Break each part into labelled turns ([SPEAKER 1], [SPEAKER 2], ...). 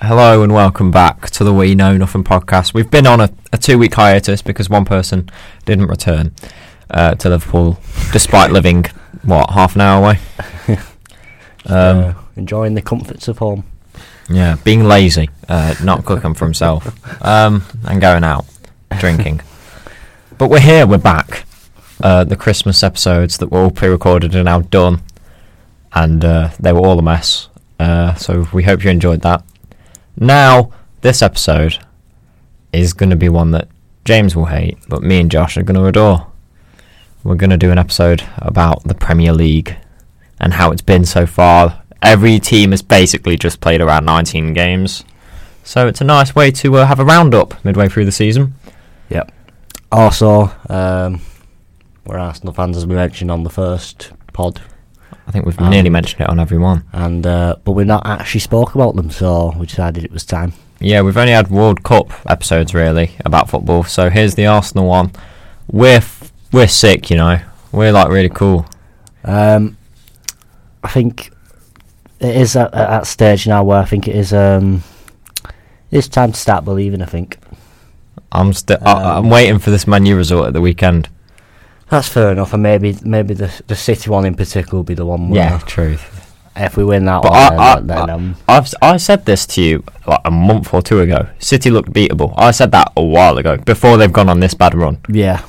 [SPEAKER 1] Hello and welcome back to the We Know Nothing podcast. We've been on a, a two week hiatus because one person didn't return uh, to Liverpool, despite living, what, half an hour away? Um,
[SPEAKER 2] Uh, enjoying the comforts of home.
[SPEAKER 1] Yeah, being lazy, uh, not cooking for himself, um, and going out drinking. but we're here, we're back. Uh, the Christmas episodes that were all pre-recorded are now done, and uh, they were all a mess. Uh, so we hope you enjoyed that. Now, this episode is going to be one that James will hate, but me and Josh are going to adore. We're going to do an episode about the Premier League and how it's been so far. Every team has basically just played around 19 games. So it's a nice way to uh, have a roundup midway through the season.
[SPEAKER 2] Yep. Also, um, we're Arsenal fans, as we mentioned on the first pod,
[SPEAKER 1] I think we've
[SPEAKER 2] Um,
[SPEAKER 1] nearly mentioned it on every one.
[SPEAKER 2] and uh, but we've not actually spoke about them, so we decided it was time.
[SPEAKER 1] Yeah, we've only had World Cup episodes really about football. So here's the Arsenal one. We're f- we're sick, you know. We're like really cool.
[SPEAKER 2] Um, I think it is at, at that stage now where I think it is. Um, it's time to start believing. I think
[SPEAKER 1] I'm still
[SPEAKER 2] Um,
[SPEAKER 1] I'm waiting for this Man U result at the weekend.
[SPEAKER 2] that's fair enough, and maybe maybe the the City one in particular will be the one. Where
[SPEAKER 1] Yeah, truth.
[SPEAKER 2] If we win that
[SPEAKER 1] But
[SPEAKER 2] one,
[SPEAKER 1] I-
[SPEAKER 2] then,
[SPEAKER 1] I-
[SPEAKER 2] then, um,
[SPEAKER 1] I've s- I said this to you like a month or two ago. City looked beatable. I said that a while ago before they've gone on this bad run.
[SPEAKER 2] yeah.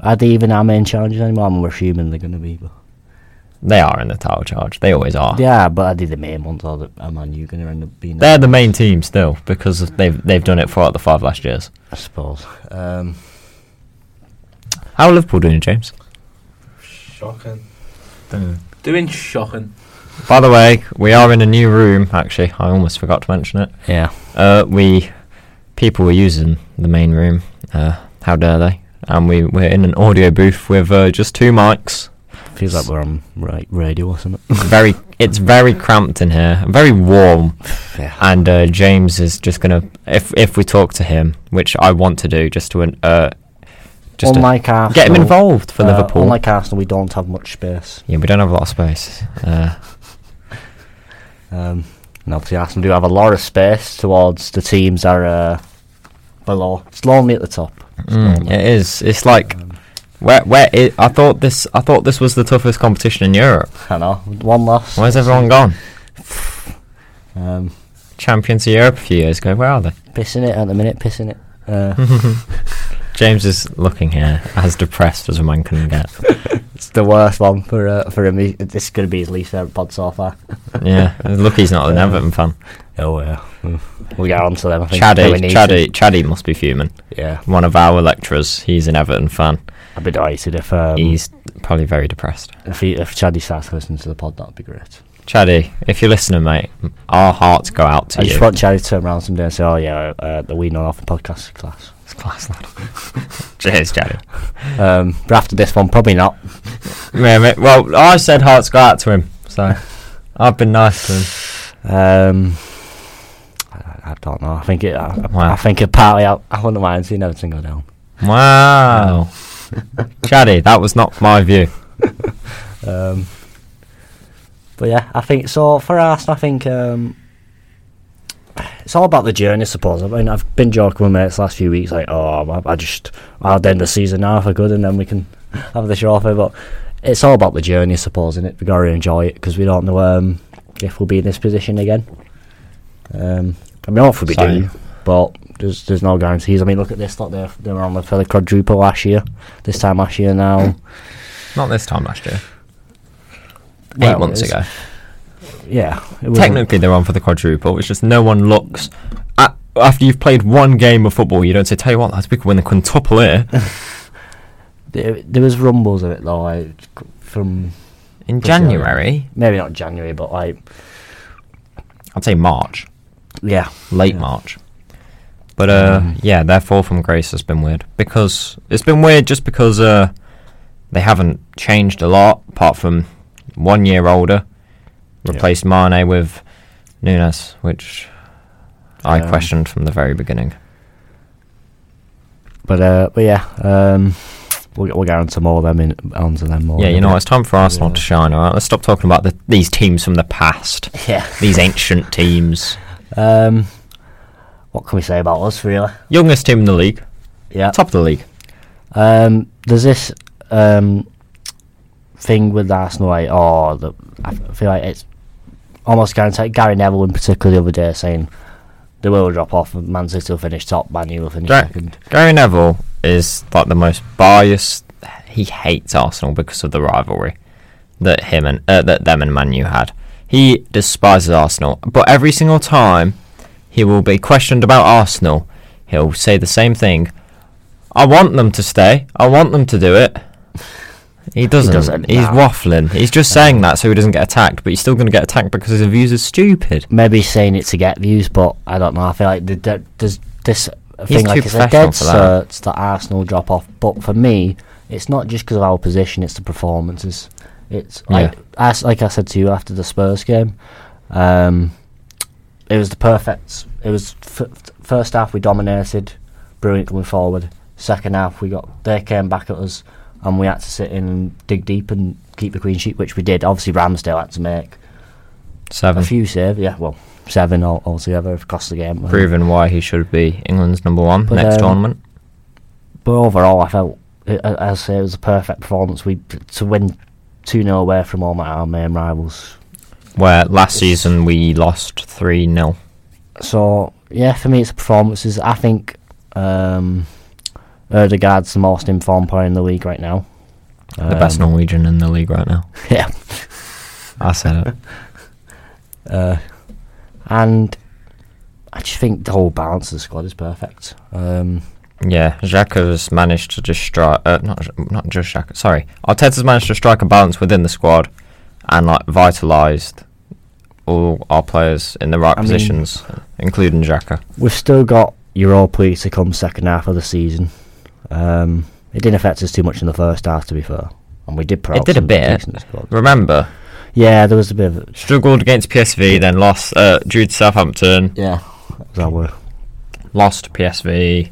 [SPEAKER 2] Are they even our main challenges anymore? I'm assuming they're going to be. But
[SPEAKER 1] They are in the title charge. They always are.
[SPEAKER 2] Yeah, but I did the main ones. Or the, oh man, you're going to end up being.
[SPEAKER 1] They're the main team still because they've they've done it for out of the five last years.
[SPEAKER 2] I suppose. Um,
[SPEAKER 1] How are Liverpool doing, James?
[SPEAKER 3] Shocking. Doing shocking.
[SPEAKER 1] By the way, we are in a new room. Actually, I almost forgot to mention it.
[SPEAKER 2] yeah.
[SPEAKER 1] Uh, we people were using the main room. Uh, how dare they? And we we're in an audio booth with uh, just two mics.
[SPEAKER 2] Feels like we're on right radio or something.
[SPEAKER 1] Very, it's very cramped in here. Very warm.
[SPEAKER 2] yeah.
[SPEAKER 1] and uh, James is just gonna if if we talk to him, which I want to do, just to uh, just to
[SPEAKER 2] unlike Arsenal,
[SPEAKER 1] get him involved for
[SPEAKER 2] uh,
[SPEAKER 1] Liverpool.
[SPEAKER 2] Unlike Arsenal, we don't have much space.
[SPEAKER 1] yeah, we don't have a lot of space. Uh,
[SPEAKER 2] Um, and obviously, Arsenal do have a lot of space towards the teams that are uh, below. It's lonely at the top. Um, It's
[SPEAKER 1] mm,
[SPEAKER 2] lonely.
[SPEAKER 1] it is. It's like where where it, I thought this I thought this was the toughest competition in Europe.
[SPEAKER 2] I know. One loss.
[SPEAKER 1] Where's everyone gone?
[SPEAKER 2] Um,
[SPEAKER 1] Champions of Europe a few years ago. Where are they?
[SPEAKER 2] pissing it at the minute. Pissing it. Uh,
[SPEAKER 1] James is looking here as depressed as a man can get.
[SPEAKER 2] it's the worst one for uh, for him. He- This is going to be his least favourite pod so far.
[SPEAKER 1] Yeah, lucky he's not an Everton fan.
[SPEAKER 2] Oh yeah, we'll get on to them. I think
[SPEAKER 1] Chaddy,
[SPEAKER 2] We need
[SPEAKER 1] Chaddy, Chaddy must be fuming.
[SPEAKER 2] to. Yeah,
[SPEAKER 1] One of our lecturers, he's an Everton fan.
[SPEAKER 2] I'd be delighted if um,
[SPEAKER 1] he's probably very depressed.
[SPEAKER 2] if, he, if Chaddy starts listening to the pod, that'd be great.
[SPEAKER 1] Chaddy, if you're listening, mate, our hearts go out to
[SPEAKER 2] I
[SPEAKER 1] you.
[SPEAKER 2] just want Chaddy to turn around someday and say, "Oh yeah, uh, the We Know Nothing podcast class."
[SPEAKER 1] It's class, lad. Cheers, Chaddy.
[SPEAKER 2] Um, but after this one, probably not.
[SPEAKER 1] Yeah, mate, well, I said hearts go out to him, so I've been nice to him.
[SPEAKER 2] Um, I, I don't know. I think it. I,
[SPEAKER 1] Wow.
[SPEAKER 2] I think it partly. I, I wouldn't mind seeing everything go down.
[SPEAKER 1] Wow. Chaddy, that was not my view.
[SPEAKER 2] Um, but yeah, I think so. For Arsenal, I think um, it's all about the journey, I suppose. I mean, I've been joking with mates last few weeks, like, oh, I, I just I'll end the season now if I could, and then we can have the trophy. But it's all about the journey, I suppose, and it we got to enjoy it because we don't know um, if we'll be in this position again. Um, I mean, hopefully we
[SPEAKER 1] Same.
[SPEAKER 2] do, but there's there's no guarantees. I mean, look at this. Like they they were on the for the quadruple last year. This time last year now.
[SPEAKER 1] Not this time last year. Eight
[SPEAKER 2] Well,
[SPEAKER 1] months
[SPEAKER 2] it's-
[SPEAKER 1] ago.
[SPEAKER 2] Yeah, it wasn't-
[SPEAKER 1] Technically, they're on for the quadruple. It's just no one looks. At, after you've played one game of football, you don't say, tell you what, lads, we could win the quintuple here.
[SPEAKER 2] There, there was rumbles of it though, like, from
[SPEAKER 1] In
[SPEAKER 2] Pretty early.
[SPEAKER 1] January,
[SPEAKER 2] maybe not January, but like
[SPEAKER 1] I'd say March.
[SPEAKER 2] yeah,
[SPEAKER 1] late
[SPEAKER 2] Yeah.
[SPEAKER 1] March. But uh,
[SPEAKER 2] Mm.
[SPEAKER 1] yeah, their fall from grace has been weird because it's been weird just because uh, they haven't changed a lot apart from one year older,
[SPEAKER 2] Yeah.
[SPEAKER 1] replaced Mane with Nunes, which I
[SPEAKER 2] Um,
[SPEAKER 1] questioned from the very beginning.
[SPEAKER 2] But uh, but yeah, um, we'll we'll get onto more of them in onto them more.
[SPEAKER 1] Yeah,
[SPEAKER 2] in a
[SPEAKER 1] you know,
[SPEAKER 2] bit.
[SPEAKER 1] it's time for Arsenal
[SPEAKER 2] Oh, Yeah.
[SPEAKER 1] to shine. All right, let's stop talking about the, these teams from the past,
[SPEAKER 2] Yeah.
[SPEAKER 1] these ancient teams.
[SPEAKER 2] Um, what can we say about us, really?
[SPEAKER 1] Youngest team in the league,
[SPEAKER 2] Yeah.
[SPEAKER 1] top of the league.
[SPEAKER 2] Um, there's this um, thing with Arsenal, like, oh, the, I feel like it's almost guaranteed. Gary Neville, in particular, the other day, saying they will drop off. and Man City will finish top, Man U will finish
[SPEAKER 1] Right.
[SPEAKER 2] second.
[SPEAKER 1] Gary Neville is like the most biased. He hates Arsenal because of the rivalry that him and uh, that them and Manu had. He despises Arsenal, but every single time he will be questioned about Arsenal, he'll say the same thing: "I want them to stay. I want them to do it." He doesn't.
[SPEAKER 2] doesn't,
[SPEAKER 1] He's
[SPEAKER 2] no.
[SPEAKER 1] waffling. He's just saying that so he doesn't get attacked, but he's still going to get attacked because his views are stupid.
[SPEAKER 2] Maybe he's saying it to get views, but I don't know. I feel like the, the, there's this thing
[SPEAKER 1] too
[SPEAKER 2] like it's a
[SPEAKER 1] professional
[SPEAKER 2] dead
[SPEAKER 1] for that.
[SPEAKER 2] cert that Arsenal drop off. But for me, it's not just because of our position; it's the performances. It's like as like I said to you after the Spurs game. Um, it was the perfect. It was f- f- first half we dominated, brilliant coming forward. Second half we got they came back at us, and we had to sit in and dig deep and keep the clean sheet, which we did. Obviously, Ramsdale had to make
[SPEAKER 1] Seven,
[SPEAKER 2] a few save, yeah, well, seven all altogether across the game. I think.
[SPEAKER 1] proving why he should be England's number one
[SPEAKER 2] But,
[SPEAKER 1] next
[SPEAKER 2] um,
[SPEAKER 1] tournament.
[SPEAKER 2] But overall, I felt, i- a- as I say, it was a perfect performance. We to win two 0 away from all my, our main rivals.
[SPEAKER 1] Where last season we lost 3 0.
[SPEAKER 2] So yeah, for me, it's the performances. I think um, Erdegaard's the most informed player in the league right now. Um,
[SPEAKER 1] The best Norwegian in the league right now.
[SPEAKER 2] Yeah.
[SPEAKER 1] um, I said it.
[SPEAKER 2] Uh, and I just think the whole balance of the squad is perfect. Um,
[SPEAKER 1] Yeah, Xhaka's managed to just strike. Uh, not Xha- not just Xhaka, sorry. Arteta's managed to strike a balance within the squad and like vitalised all our players in the right
[SPEAKER 2] I mean-
[SPEAKER 1] positions, including Xhaka.
[SPEAKER 2] We've still got Europa League to come second half of the season. Um, it didn't affect us too much in the first half, to be fair, and we did. put
[SPEAKER 1] It
[SPEAKER 2] out
[SPEAKER 1] did a
[SPEAKER 2] some
[SPEAKER 1] bit.
[SPEAKER 2] decent squads.
[SPEAKER 1] Remember,
[SPEAKER 2] Yeah, there was a bit of
[SPEAKER 1] struggled against PSV, then lost uh, drew to Southampton,
[SPEAKER 2] yeah. That was our
[SPEAKER 1] lost to PSV,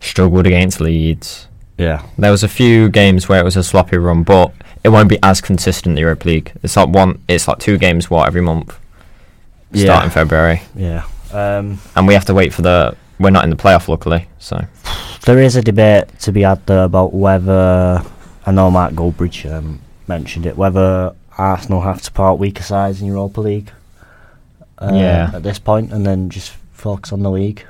[SPEAKER 1] struggled against Leeds.
[SPEAKER 2] yeah.
[SPEAKER 1] There was a few games where it was a sloppy run, but it won't be as consistent. The Europa League, it's like one, it's like two games what every month,
[SPEAKER 2] Yeah.
[SPEAKER 1] starting February,
[SPEAKER 2] Yeah. Um,
[SPEAKER 1] and we have to wait for the. We're not in the playoff, luckily. So
[SPEAKER 2] there is a debate to be had though about whether I know Mark Goldbridge um, mentioned it whether Arsenal have to part weaker sides in Europa League. Uh,
[SPEAKER 1] Yeah.
[SPEAKER 2] At this point, and then just focus on the league.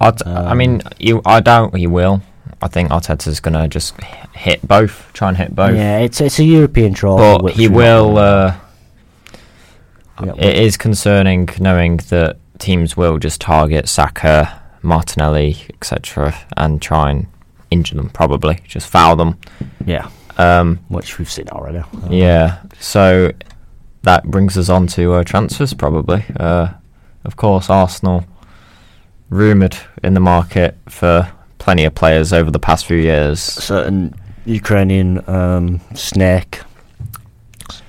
[SPEAKER 1] I, d- I
[SPEAKER 2] Um,
[SPEAKER 1] mean, you, I doubt he will. I think Arteta's gonna just h- hit both, try and hit both.
[SPEAKER 2] Yeah, it's it's a European trophy.
[SPEAKER 1] but
[SPEAKER 2] which
[SPEAKER 1] he
[SPEAKER 2] we're not
[SPEAKER 1] will.
[SPEAKER 2] gonna-
[SPEAKER 1] Uh,
[SPEAKER 2] Yeah,
[SPEAKER 1] it is concerning knowing that teams will just target Saka, Martinelli, etc., and try and injure them. Probably just foul them.
[SPEAKER 2] Yeah,
[SPEAKER 1] Um,
[SPEAKER 2] which we've seen already. Um,
[SPEAKER 1] Yeah. So that brings us on to uh, transfers, probably. Uh, of course, Arsenal rumoured in the market for plenty of players over the past few years.
[SPEAKER 2] Certain Ukrainian um, snake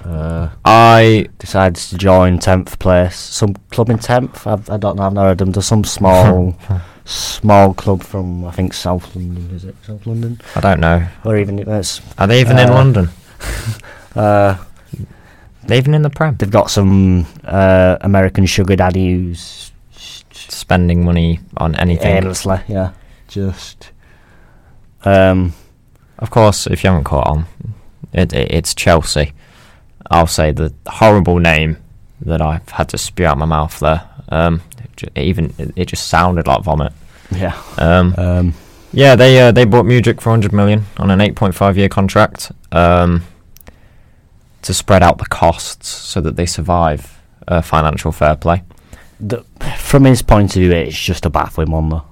[SPEAKER 2] uh,
[SPEAKER 1] I
[SPEAKER 2] decides to join 10th place. Some club in 10th? I've, I don't know, I've never heard of them. There's some small, small club from, I think, South London, is it? South London?
[SPEAKER 1] I don't know.
[SPEAKER 2] Or even, it's,
[SPEAKER 1] Are they even in
[SPEAKER 2] Uh,
[SPEAKER 1] London?
[SPEAKER 2] uh,
[SPEAKER 1] they even in the Prem?
[SPEAKER 2] they've got some uh, American sugar daddy who's
[SPEAKER 1] Spending money on anything.
[SPEAKER 2] aimlessly, yeah. Just. Um,
[SPEAKER 1] Of course, if you haven't caught on, it, it, it's Chelsea. I'll say the horrible name that I've had to spew out my mouth there. Um, it, ju- it even it, it just sounded like vomit.
[SPEAKER 2] yeah.
[SPEAKER 1] Um,
[SPEAKER 2] Um,
[SPEAKER 1] Yeah, they uh, they bought Mudrik for 100 million on an 8.5 year contract um, to spread out the costs so that they survive uh, financial fair play.
[SPEAKER 2] the, from his point of view, it's just a baffling one, though.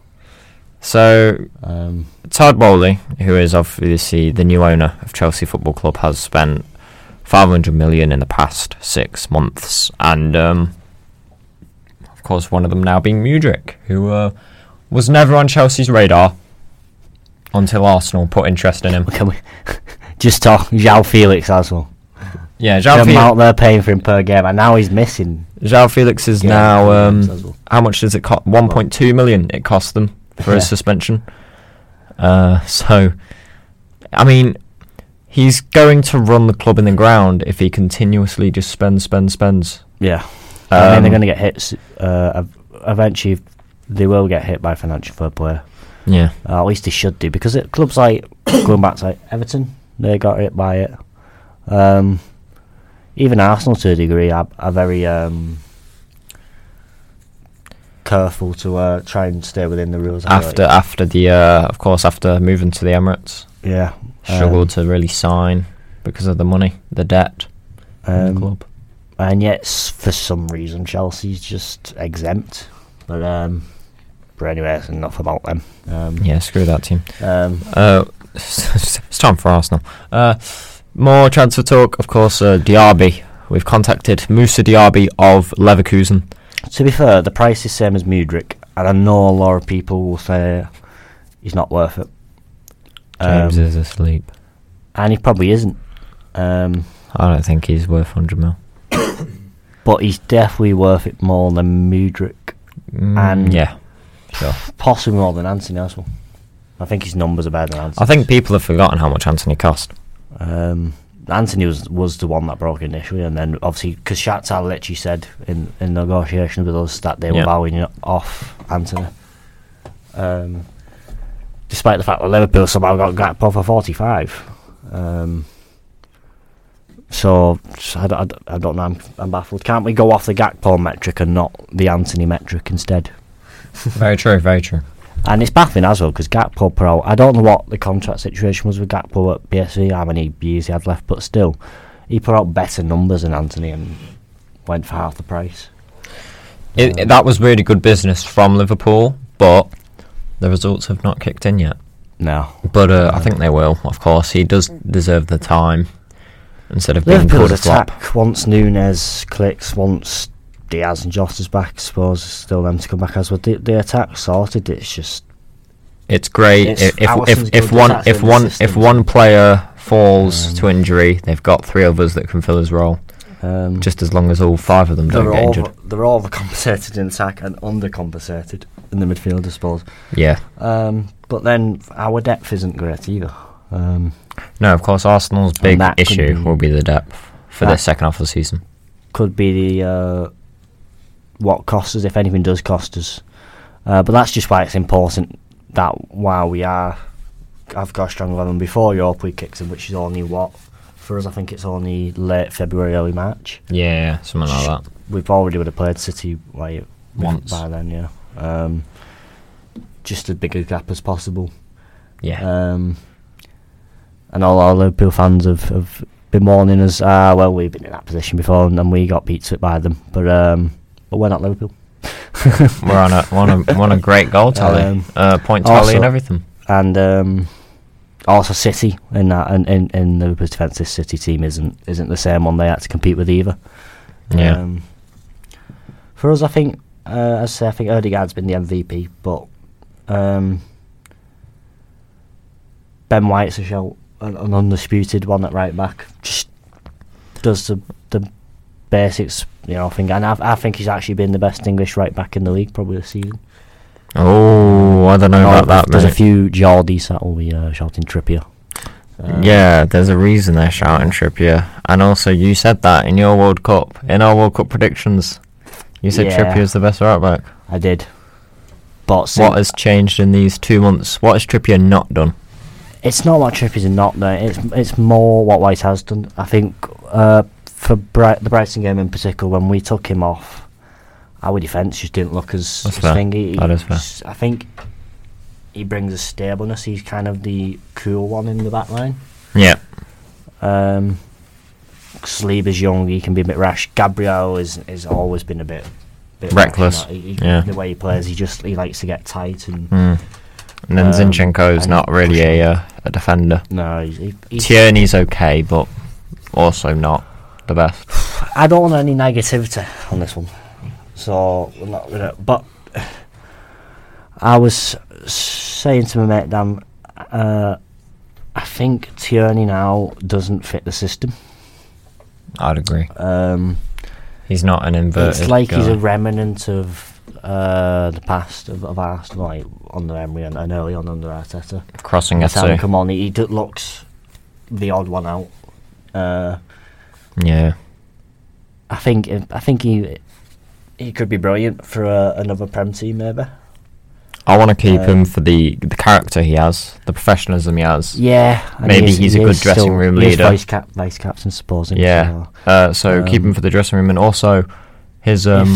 [SPEAKER 1] So
[SPEAKER 2] Um,
[SPEAKER 1] Todd Bowley, who is obviously the new owner of Chelsea Football Club, has spent 500 million in the past six months, and um, of course, one of them now being Mudrik, who uh, was never on Chelsea's radar until Arsenal put interest in him.
[SPEAKER 2] Can we just talk Zhao Felix as well?
[SPEAKER 1] Yeah,
[SPEAKER 2] The
[SPEAKER 1] Jean
[SPEAKER 2] amount they're paying for him per game, and now he's missing.
[SPEAKER 1] Zhao Felix is
[SPEAKER 2] Yeah,
[SPEAKER 1] now.
[SPEAKER 2] Felix
[SPEAKER 1] Um,
[SPEAKER 2] as well.
[SPEAKER 1] how much does it cost? One point two million it cost them for
[SPEAKER 2] Yeah.
[SPEAKER 1] his suspension. Uh, so, I mean, he's going to run the club in the ground if he continuously just spends, spends, spends.
[SPEAKER 2] Yeah, I mean
[SPEAKER 1] Um,
[SPEAKER 2] they're going to get hits. Uh, eventually they will get hit by financial fair play.
[SPEAKER 1] Yeah.
[SPEAKER 2] Uh, at least they should do because it, clubs like going back to like Everton, they got hit by it. Um, even Arsenal, to a degree, are, are very um, careful to uh, try and stay within the rules. I feel
[SPEAKER 1] After
[SPEAKER 2] like.
[SPEAKER 1] after the uh, of course after moving to the Emirates,
[SPEAKER 2] yeah,
[SPEAKER 1] struggled to really sign because of the money, the debt, in the
[SPEAKER 2] um,
[SPEAKER 1] club.
[SPEAKER 2] and yet s- for some reason Chelsea's just exempt. But um, but anyway, that's enough about them. Um,
[SPEAKER 1] Yeah, screw that team.
[SPEAKER 2] um,
[SPEAKER 1] Uh, it's time for Arsenal. Uh, more transfer talk, of course. Uh, Diaby. We've contacted Musa Diaby of Leverkusen.
[SPEAKER 2] To be fair, the price is same as Mudrick, and I know a lot of people will say he's not worth it. Um,
[SPEAKER 1] James is asleep.
[SPEAKER 2] and he probably isn't. Um,
[SPEAKER 1] I don't think he's worth hundred mil.
[SPEAKER 2] but he's definitely worth it more than Mudrick,
[SPEAKER 1] Mm,
[SPEAKER 2] And-
[SPEAKER 1] yeah, sure.
[SPEAKER 2] possibly more than Anthony as well. I think his numbers are better than Anthony.
[SPEAKER 1] I think people have forgotten how much Anthony cost.
[SPEAKER 2] Um, Anthony was was the one that broke initially, and then obviously because Shakhtar literally said in in negotiations with us that they were
[SPEAKER 1] Yeah.
[SPEAKER 2] valuing off Anthony. Um, despite the fact that Liverpool somehow got Gakpo for forty five. Um, so s- I, d- I d- I don't know. I'm, I'm baffled. Can't we go off the Gakpo metric and not the Anthony metric instead?
[SPEAKER 1] very true. Very true.
[SPEAKER 2] And it's baffling as well because Gakpo Pro. I don't know what the contract situation was with Gakpo at PSV, how many years he had left, but still, he put out better numbers than Anthony and went for half the price.
[SPEAKER 1] It,
[SPEAKER 2] Um,
[SPEAKER 1] that was really good business from Liverpool, but the results have not kicked in yet.
[SPEAKER 2] No,
[SPEAKER 1] But uh, I think they will, of course. He does deserve the time instead of being called
[SPEAKER 2] Liverpool's
[SPEAKER 1] a flop.
[SPEAKER 2] attack once Nunes clicks, once Diaz and Jota's back. I suppose it's still them to come back as well. The, the attack sorted. It's just
[SPEAKER 1] It's great
[SPEAKER 2] It's
[SPEAKER 1] if if,
[SPEAKER 2] Allison's
[SPEAKER 1] if, if
[SPEAKER 2] good
[SPEAKER 1] one
[SPEAKER 2] attack
[SPEAKER 1] if
[SPEAKER 2] in the
[SPEAKER 1] one if
[SPEAKER 2] system.
[SPEAKER 1] one player falls
[SPEAKER 2] Um,
[SPEAKER 1] to injury, they've got three others that can fill his role.
[SPEAKER 2] um,
[SPEAKER 1] Just as long as all five of them
[SPEAKER 2] they're
[SPEAKER 1] don't get injured.
[SPEAKER 2] over, they're overcompensated in attack and undercompensated in the midfield, I suppose.
[SPEAKER 1] Yeah.
[SPEAKER 2] Um, but then our depth isn't great either. Um,
[SPEAKER 1] No, of course Arsenal's big
[SPEAKER 2] that could
[SPEAKER 1] issue
[SPEAKER 2] be-
[SPEAKER 1] will be the depth for
[SPEAKER 2] that-
[SPEAKER 1] their second half of the season.
[SPEAKER 2] could be the uh, what costs us if anything does cost us. Uh, but that's just why it's important that while we are, I've got a strong eleven before Europe League kicks in, which is only what for us. I think it's only late February, early March.
[SPEAKER 1] Yeah, something like that.
[SPEAKER 2] We've already would have played City like bef-
[SPEAKER 1] Once.
[SPEAKER 2] by then, yeah. Um, just as big a gap as possible.
[SPEAKER 1] Yeah.
[SPEAKER 2] Um, and all our Liverpool fans have, have been warning us, ah, well, we've been in that position before and, and we got beat to it by them. But um, but we're not Liverpool.
[SPEAKER 1] we're on a we're on a, we're on a great goal tally,
[SPEAKER 2] Um,
[SPEAKER 1] uh, point tally,
[SPEAKER 2] also-
[SPEAKER 1] and everything.
[SPEAKER 2] And um, also City in that and in, in Liverpool's defence, this City team isn't isn't the same one they had to compete with either.
[SPEAKER 1] Yeah.
[SPEAKER 2] Um, for us, I think, uh, as I say, I think Odegaard's been the MVP, but um, Ben White's a shout, an, an undisputed one at right back. Just does the the basics, you know. I think, and I, I think he's actually been the best English right back in the league probably this season.
[SPEAKER 1] Oh, I don't know
[SPEAKER 2] No,
[SPEAKER 1] about that.
[SPEAKER 2] there's
[SPEAKER 1] mate.
[SPEAKER 2] a few Geordies that will be uh, shouting Trippier. Um,
[SPEAKER 1] yeah, there's a reason they're shouting Trippier. And also, you said that in your World Cup, in our World Cup predictions. You said
[SPEAKER 2] Yeah.
[SPEAKER 1] Trippier's the best right back.
[SPEAKER 2] I did. But
[SPEAKER 1] What
[SPEAKER 2] since-
[SPEAKER 1] has changed in these two months? What has Trippier not done?
[SPEAKER 2] It's not what Trippier's not done. It's it's more what White has done. I think uh, for Bright, the Brighton game in particular, when we took him off, our defence just didn't look as,
[SPEAKER 1] That's
[SPEAKER 2] as
[SPEAKER 1] fair.
[SPEAKER 2] thingy. He-
[SPEAKER 1] That is fair.
[SPEAKER 2] s- I think he brings a stableness. He's kind of the cool one in the back line.
[SPEAKER 1] Yeah.
[SPEAKER 2] Um, Saliba's young. He can be a bit rash. Gabriel is has always been a bit, bit rash,
[SPEAKER 1] Reckless,
[SPEAKER 2] you know, he- he-
[SPEAKER 1] yeah.
[SPEAKER 2] The way he plays, he just he likes to get tight and
[SPEAKER 1] Mm. And then
[SPEAKER 2] Um,
[SPEAKER 1] Zinchenko's
[SPEAKER 2] and-
[SPEAKER 1] not really a uh, a defender.
[SPEAKER 2] no, he's, he, he's
[SPEAKER 1] Tierney's okay, but also not the best.
[SPEAKER 2] I don't want any negativity on this one, so we're not gonna. But I was saying to my mate Dan, uh, I think Tierney now doesn't fit the system.
[SPEAKER 1] I'd agree.
[SPEAKER 2] Um,
[SPEAKER 1] He's not an inverted.
[SPEAKER 2] it's like he's
[SPEAKER 1] guy.
[SPEAKER 2] a remnant of uh, the past of, of Arsenal, like under Emery and, and early on under Arteta.
[SPEAKER 1] crossing
[SPEAKER 2] Every time he
[SPEAKER 1] FC.
[SPEAKER 2] come on, he d- looks the odd one out. Uh,
[SPEAKER 1] Yeah.
[SPEAKER 2] I think I think he he could be brilliant for uh, another Prem team, maybe.
[SPEAKER 1] I want to keep
[SPEAKER 2] Um,
[SPEAKER 1] him for the the character he has, the professionalism he has.
[SPEAKER 2] Yeah, and
[SPEAKER 1] Maybe
[SPEAKER 2] he is-
[SPEAKER 1] he's a
[SPEAKER 2] he
[SPEAKER 1] good
[SPEAKER 2] is
[SPEAKER 1] dressing
[SPEAKER 2] still-
[SPEAKER 1] room
[SPEAKER 2] he is
[SPEAKER 1] leader.
[SPEAKER 2] Vice, cap, vice captain, supposing.
[SPEAKER 1] Yeah.
[SPEAKER 2] so
[SPEAKER 1] Uh, so keep him
[SPEAKER 2] Um,
[SPEAKER 1] for the dressing room and also his um.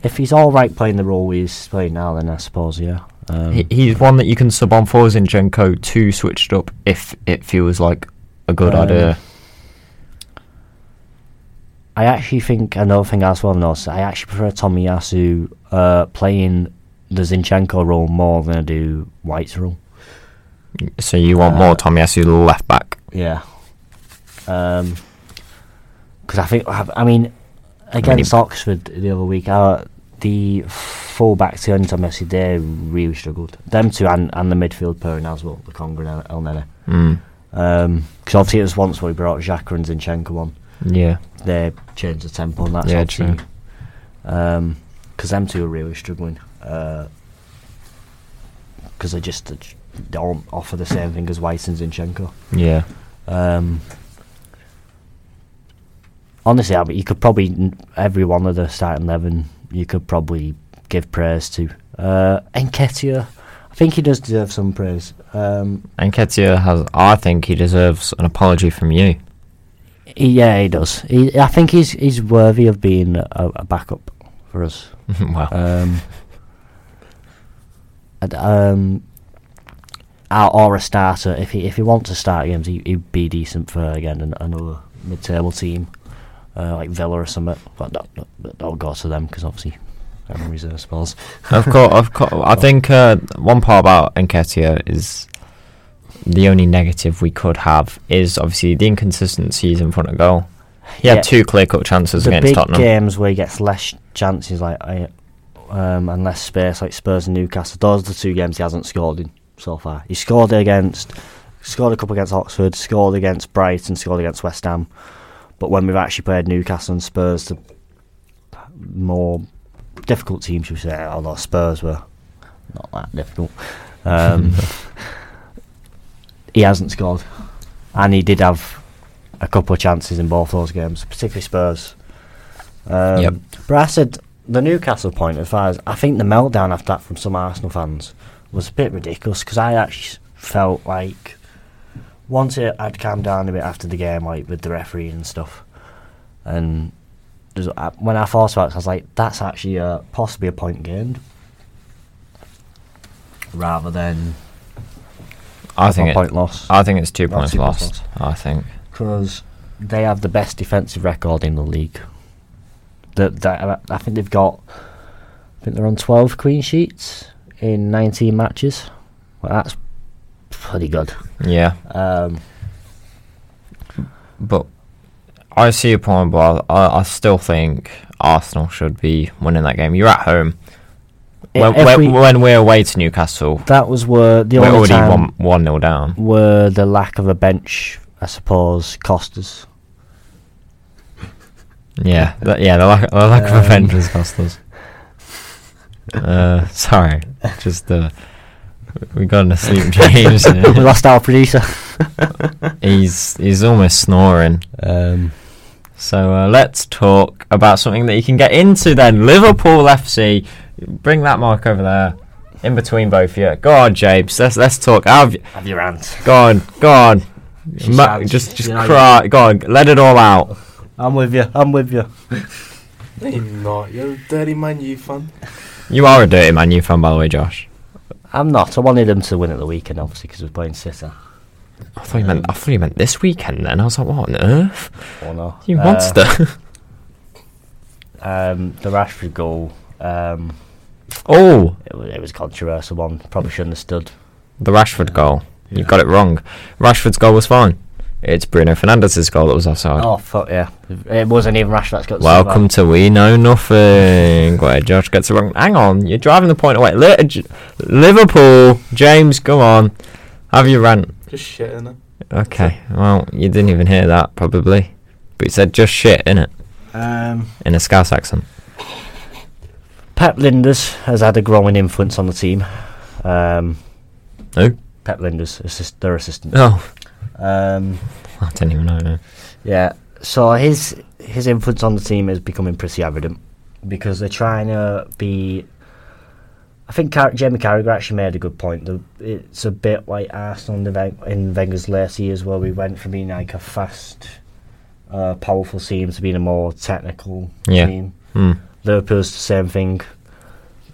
[SPEAKER 2] if, if he's all right playing the role he's playing now, then I suppose yeah. Um,
[SPEAKER 1] he, he's one that you can sub on for Zinchenko to switch it up if it feels like a good
[SPEAKER 2] Um,
[SPEAKER 1] idea.
[SPEAKER 2] I actually think another thing as well noticed. I actually prefer Tommy Yasu uh, playing the Zinchenko role more than I do White's role.
[SPEAKER 1] So you want
[SPEAKER 2] uh,
[SPEAKER 1] more Tommy Asu left back?
[SPEAKER 2] Yeah. Um 'cause because I think I I mean, against Oxford the other week, uh, the full backs to Anton Messi they really struggled. Them two and, and the midfield pairing as well, the Conger and El Nene.
[SPEAKER 1] Mm,
[SPEAKER 2] Um 'cause obviously it was once where we brought Xhaka and Zinchenko on.
[SPEAKER 1] yeah.
[SPEAKER 2] They changed the tempo and that's
[SPEAKER 1] Yeah,
[SPEAKER 2] obviously.
[SPEAKER 1] true.
[SPEAKER 2] Um 'cause them two are really struggling. Uh 'cause they just they j- don't offer the same thing as White and Zinchenko.
[SPEAKER 1] Yeah.
[SPEAKER 2] Um, honestly, I mean, you could probably n- every one of the starting eleven you could probably give praise to. Uh, Enketia, I think he does deserve some praise. Um,
[SPEAKER 1] And Ketia has. I think he deserves an apology from you.
[SPEAKER 2] he, yeah, he does. He, I think he's he's worthy of being a, a backup for us.
[SPEAKER 1] well,
[SPEAKER 2] Um, and, um, or- or a starter if he if he wants to start games, he, he'd be decent for again an, another mid-table team uh, like Villa or something. But not, not, but don't go to them because obviously they're in reserve spells.
[SPEAKER 1] of course, of course. I think uh, one part about Enketia is the only negative we could have is obviously the inconsistencies in front of goal. He
[SPEAKER 2] Yeah.
[SPEAKER 1] had two clear-cut chances
[SPEAKER 2] the
[SPEAKER 1] against
[SPEAKER 2] big
[SPEAKER 1] Tottenham.
[SPEAKER 2] games where he gets less chances, like I, um, and less space, like Spurs and Newcastle. Those are the two games he hasn't scored in so far. He scored against, scored a couple against Oxford, scored against Brighton, scored against West Ham. But when we've actually played Newcastle and Spurs, the more difficult teams, should we say, although Spurs were not that difficult. Um, he hasn't scored, and he did have a couple of chances in both those games, particularly Spurs. Um,
[SPEAKER 1] Yep.
[SPEAKER 2] But I said the Newcastle point, as far as I think the meltdown after that from some Arsenal fans was a bit ridiculous because I actually s- felt like once it, I'd calmed down a bit after the game, like with the referee and stuff, and there's- I- when I thought about it, I was like, that's actually uh, possibly a point gained. Rather than
[SPEAKER 1] I
[SPEAKER 2] a
[SPEAKER 1] think. It,
[SPEAKER 2] point loss.
[SPEAKER 1] I think it's two
[SPEAKER 2] Not
[SPEAKER 1] points
[SPEAKER 2] two points
[SPEAKER 1] lost. I think.
[SPEAKER 2] because they have the best defensive record in the league. That that I think they've got. I think they're on twelve clean sheets in nineteen matches. Well, that's pretty good.
[SPEAKER 1] Yeah.
[SPEAKER 2] Um,
[SPEAKER 1] But I see your point, but I, I, I still think Arsenal should be winning that game. You're at home.
[SPEAKER 2] i-
[SPEAKER 1] When,
[SPEAKER 2] if
[SPEAKER 1] when,
[SPEAKER 2] we-
[SPEAKER 1] when we're away to Newcastle,
[SPEAKER 2] e- that was where the
[SPEAKER 1] we're
[SPEAKER 2] only
[SPEAKER 1] already
[SPEAKER 2] time
[SPEAKER 1] one one nil down.
[SPEAKER 2] were the lack of a bench, I suppose, cost us.
[SPEAKER 1] Yeah, that, yeah. The lack, the lack of
[SPEAKER 2] Um,
[SPEAKER 1] offense has cost us. Uh, sorry, just uh, we got an asleep James.
[SPEAKER 2] we lost our producer.
[SPEAKER 1] he's he's almost snoring.
[SPEAKER 2] Um,
[SPEAKER 1] So uh, let's talk about something that you can get into then. Liverpool FC. Bring that mark over there. In between both of you. Go on, James. Let's let's talk. Have you,
[SPEAKER 2] have your aunt.
[SPEAKER 1] go on, go on.
[SPEAKER 2] She
[SPEAKER 1] Ma-
[SPEAKER 2] sounds-
[SPEAKER 1] just just
[SPEAKER 2] you know,
[SPEAKER 1] cry. Go on. Let it all out.
[SPEAKER 2] I'm with you. I'm with you.
[SPEAKER 3] No, you're not. You're a dirty man, you fan.
[SPEAKER 1] You are a dirty man, you fan, by the way, Josh.
[SPEAKER 2] I'm not. I wanted them to win at the weekend, obviously, because we're playing City.
[SPEAKER 1] I thought you meant I thought you meant this weekend. Then I was like, what on earth?
[SPEAKER 2] Or not? Uh,
[SPEAKER 1] You monster.
[SPEAKER 2] Um, the Rashford goal. Um,
[SPEAKER 1] oh,
[SPEAKER 2] it, wa- it was a controversial one. Probably shouldn't have stood.
[SPEAKER 1] the Rashford goal. You
[SPEAKER 3] Yeah.
[SPEAKER 1] got it wrong. Rashford's goal was fine. It's Bruno Fernandez's goal that was offside.
[SPEAKER 2] Oh fuck yeah! It wasn't even Rashford that's got.
[SPEAKER 1] Welcome to We Know Nothing, where Josh gets it wrong. Hang on, you're driving the point away. Li- J- Liverpool, James, go on. Have your rant.
[SPEAKER 3] Just shit in it.
[SPEAKER 1] Okay, well, you didn't even hear that, probably. But you said just shit, innit?
[SPEAKER 2] Um,
[SPEAKER 1] In a Scouse accent.
[SPEAKER 2] Pep Linders has had a growing influence on the team. Um,
[SPEAKER 1] No?
[SPEAKER 2] Pep Linders, assist, their assistant.
[SPEAKER 1] Oh,
[SPEAKER 2] Um,
[SPEAKER 1] I didn't even know.
[SPEAKER 2] yeah. So his his influence on the team is becoming pretty evident. because they're trying to be. I think Car- Jamie Carragher actually made a good point. The, it's a bit like Arsenal in, the Wen- in Wenger's later years, where we went from being like a fast, uh, powerful team to being a more technical
[SPEAKER 1] Yeah.
[SPEAKER 2] team.
[SPEAKER 1] Hmm.
[SPEAKER 2] Liverpool's the same thing.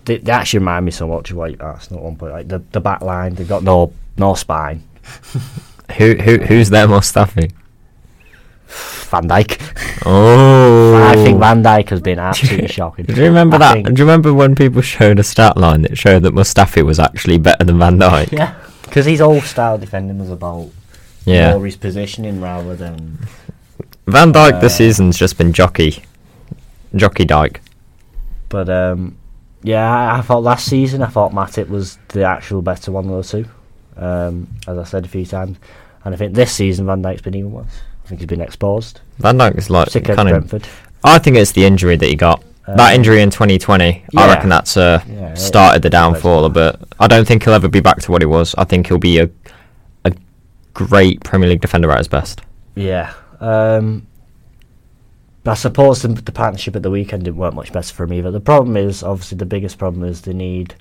[SPEAKER 2] They, they actually remind me so much of like Arsenal at one point. Like the, the back line, they've got no no spine.
[SPEAKER 1] Who who who's their Mustafi?
[SPEAKER 2] Van Dijk.
[SPEAKER 1] Oh,
[SPEAKER 2] I think Van Dijk has been absolutely shocking.
[SPEAKER 1] Do you remember
[SPEAKER 2] I
[SPEAKER 1] that?
[SPEAKER 2] think-
[SPEAKER 1] Do you remember when people showed a stat line that showed that Mustafi was actually better than Van Dijk?
[SPEAKER 2] Yeah, because his old style defending was about
[SPEAKER 1] Yeah.
[SPEAKER 2] more his positioning rather than
[SPEAKER 1] Van Dijk this
[SPEAKER 2] Uh,
[SPEAKER 1] season's just been jockey, jockey Dyke.
[SPEAKER 2] But um, yeah, I, I thought last season I thought Matic was the actual better one of the two. Um, as I said a few times, and I think this season Van Dijk's been even worse. I think he's been exposed,
[SPEAKER 1] Van Dijk is like
[SPEAKER 2] particularly
[SPEAKER 1] kind
[SPEAKER 2] at
[SPEAKER 1] of.
[SPEAKER 2] Brentford.
[SPEAKER 1] I think it's the injury that he got.
[SPEAKER 2] Uh,
[SPEAKER 1] that injury in 2020, I
[SPEAKER 2] yeah.
[SPEAKER 1] reckon that's uh,
[SPEAKER 2] Yeah, it-
[SPEAKER 1] started the
[SPEAKER 2] it's like-
[SPEAKER 1] downfall a bit. I don't think he'll ever be back to what he was. I think he'll be a a great Premier League defender at his best.
[SPEAKER 2] Yeah. Um, but I suppose the, the partnership at the weekend didn't work much better for him either. The problem is, obviously, the biggest problem is they need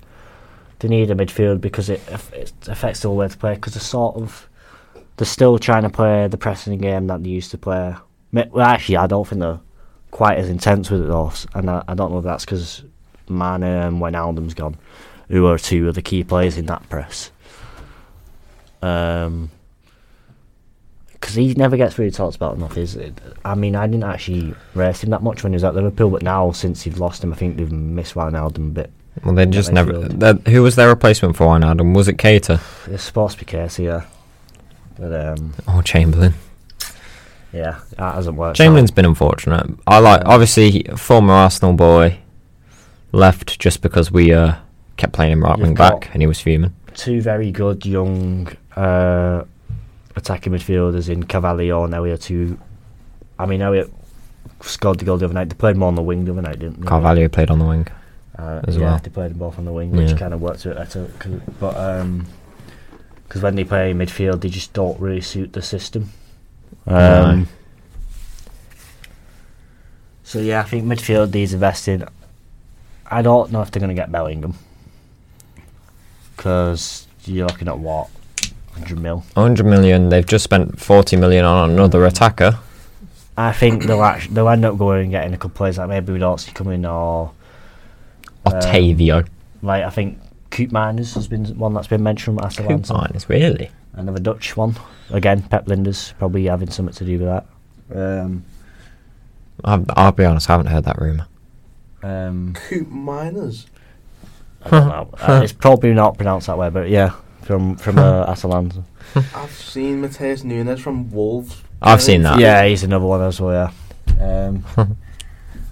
[SPEAKER 2] they need a midfield because it, aff- it affects the way they play because they're sort of they're still trying to play the pressing game that they used to play. Ma- Well, actually, I don't think they're quite as intense with it though, s- and I, I don't know if that's because Mane and Wijnaldum's gone, who are two of the key players in that press. Um, because he never gets really talked about enough. Is it? I mean, I didn't actually race him that much when he was at Liverpool, but now since you've lost him, I think they've missed Wijnaldum a bit.
[SPEAKER 1] Well, they just never.
[SPEAKER 2] midfield.
[SPEAKER 1] that- Who was their replacement for Wijnaldum? Was it Cater
[SPEAKER 2] It's supposed to be Casey, yeah, but um,
[SPEAKER 1] or Oh, Chamberlain?
[SPEAKER 2] yeah, that hasn't worked.
[SPEAKER 1] Chamberlain's been unfortunate. I like obviously former Arsenal boy left just because we uh, kept playing him right
[SPEAKER 2] You've
[SPEAKER 1] wing
[SPEAKER 2] got-
[SPEAKER 1] back and he was fuming.
[SPEAKER 2] out. Two very good young uh, attacking midfielders in Cavalier and Elliot. Two, I mean, Elliot scored the goal the other night. They played more on the wing the other night, didn't they?
[SPEAKER 1] Carvalho played on the wing.
[SPEAKER 2] uh,
[SPEAKER 1] as
[SPEAKER 2] yeah,
[SPEAKER 1] well.
[SPEAKER 2] They played them both on the wing, which
[SPEAKER 1] Yeah.
[SPEAKER 2] kind of worked out better. 'cause- but um 'cause when they play midfield, they just don't really suit the system.
[SPEAKER 1] No.
[SPEAKER 2] Um, So yeah, I think midfield needs investing. I don't know if they're going to get Bellingham because you're looking at what hundred mil.
[SPEAKER 1] 100 million. They've just spent 40 million on another attacker.
[SPEAKER 2] I think they'll actually, they'll end up going and getting a couple players that maybe we don't see coming or Um,
[SPEAKER 1] Otavio.
[SPEAKER 2] like I think Coop Miners has been one that's been mentioned from Atalanta.
[SPEAKER 1] Coupines, really?
[SPEAKER 2] another Dutch one. Again, Pep Linders probably having something to do with that. Um,
[SPEAKER 1] I've, I'll be honest, I haven't heard that rumour.
[SPEAKER 2] um,
[SPEAKER 3] Coop Miners.
[SPEAKER 2] I don't know. Uh, it's probably not pronounced that way, but yeah, from from uh, Atalanta.
[SPEAKER 3] I've seen Mateus Nunes from Wolves.
[SPEAKER 1] I've seen that.
[SPEAKER 2] Yeah, he's another one as well. Yeah. Um,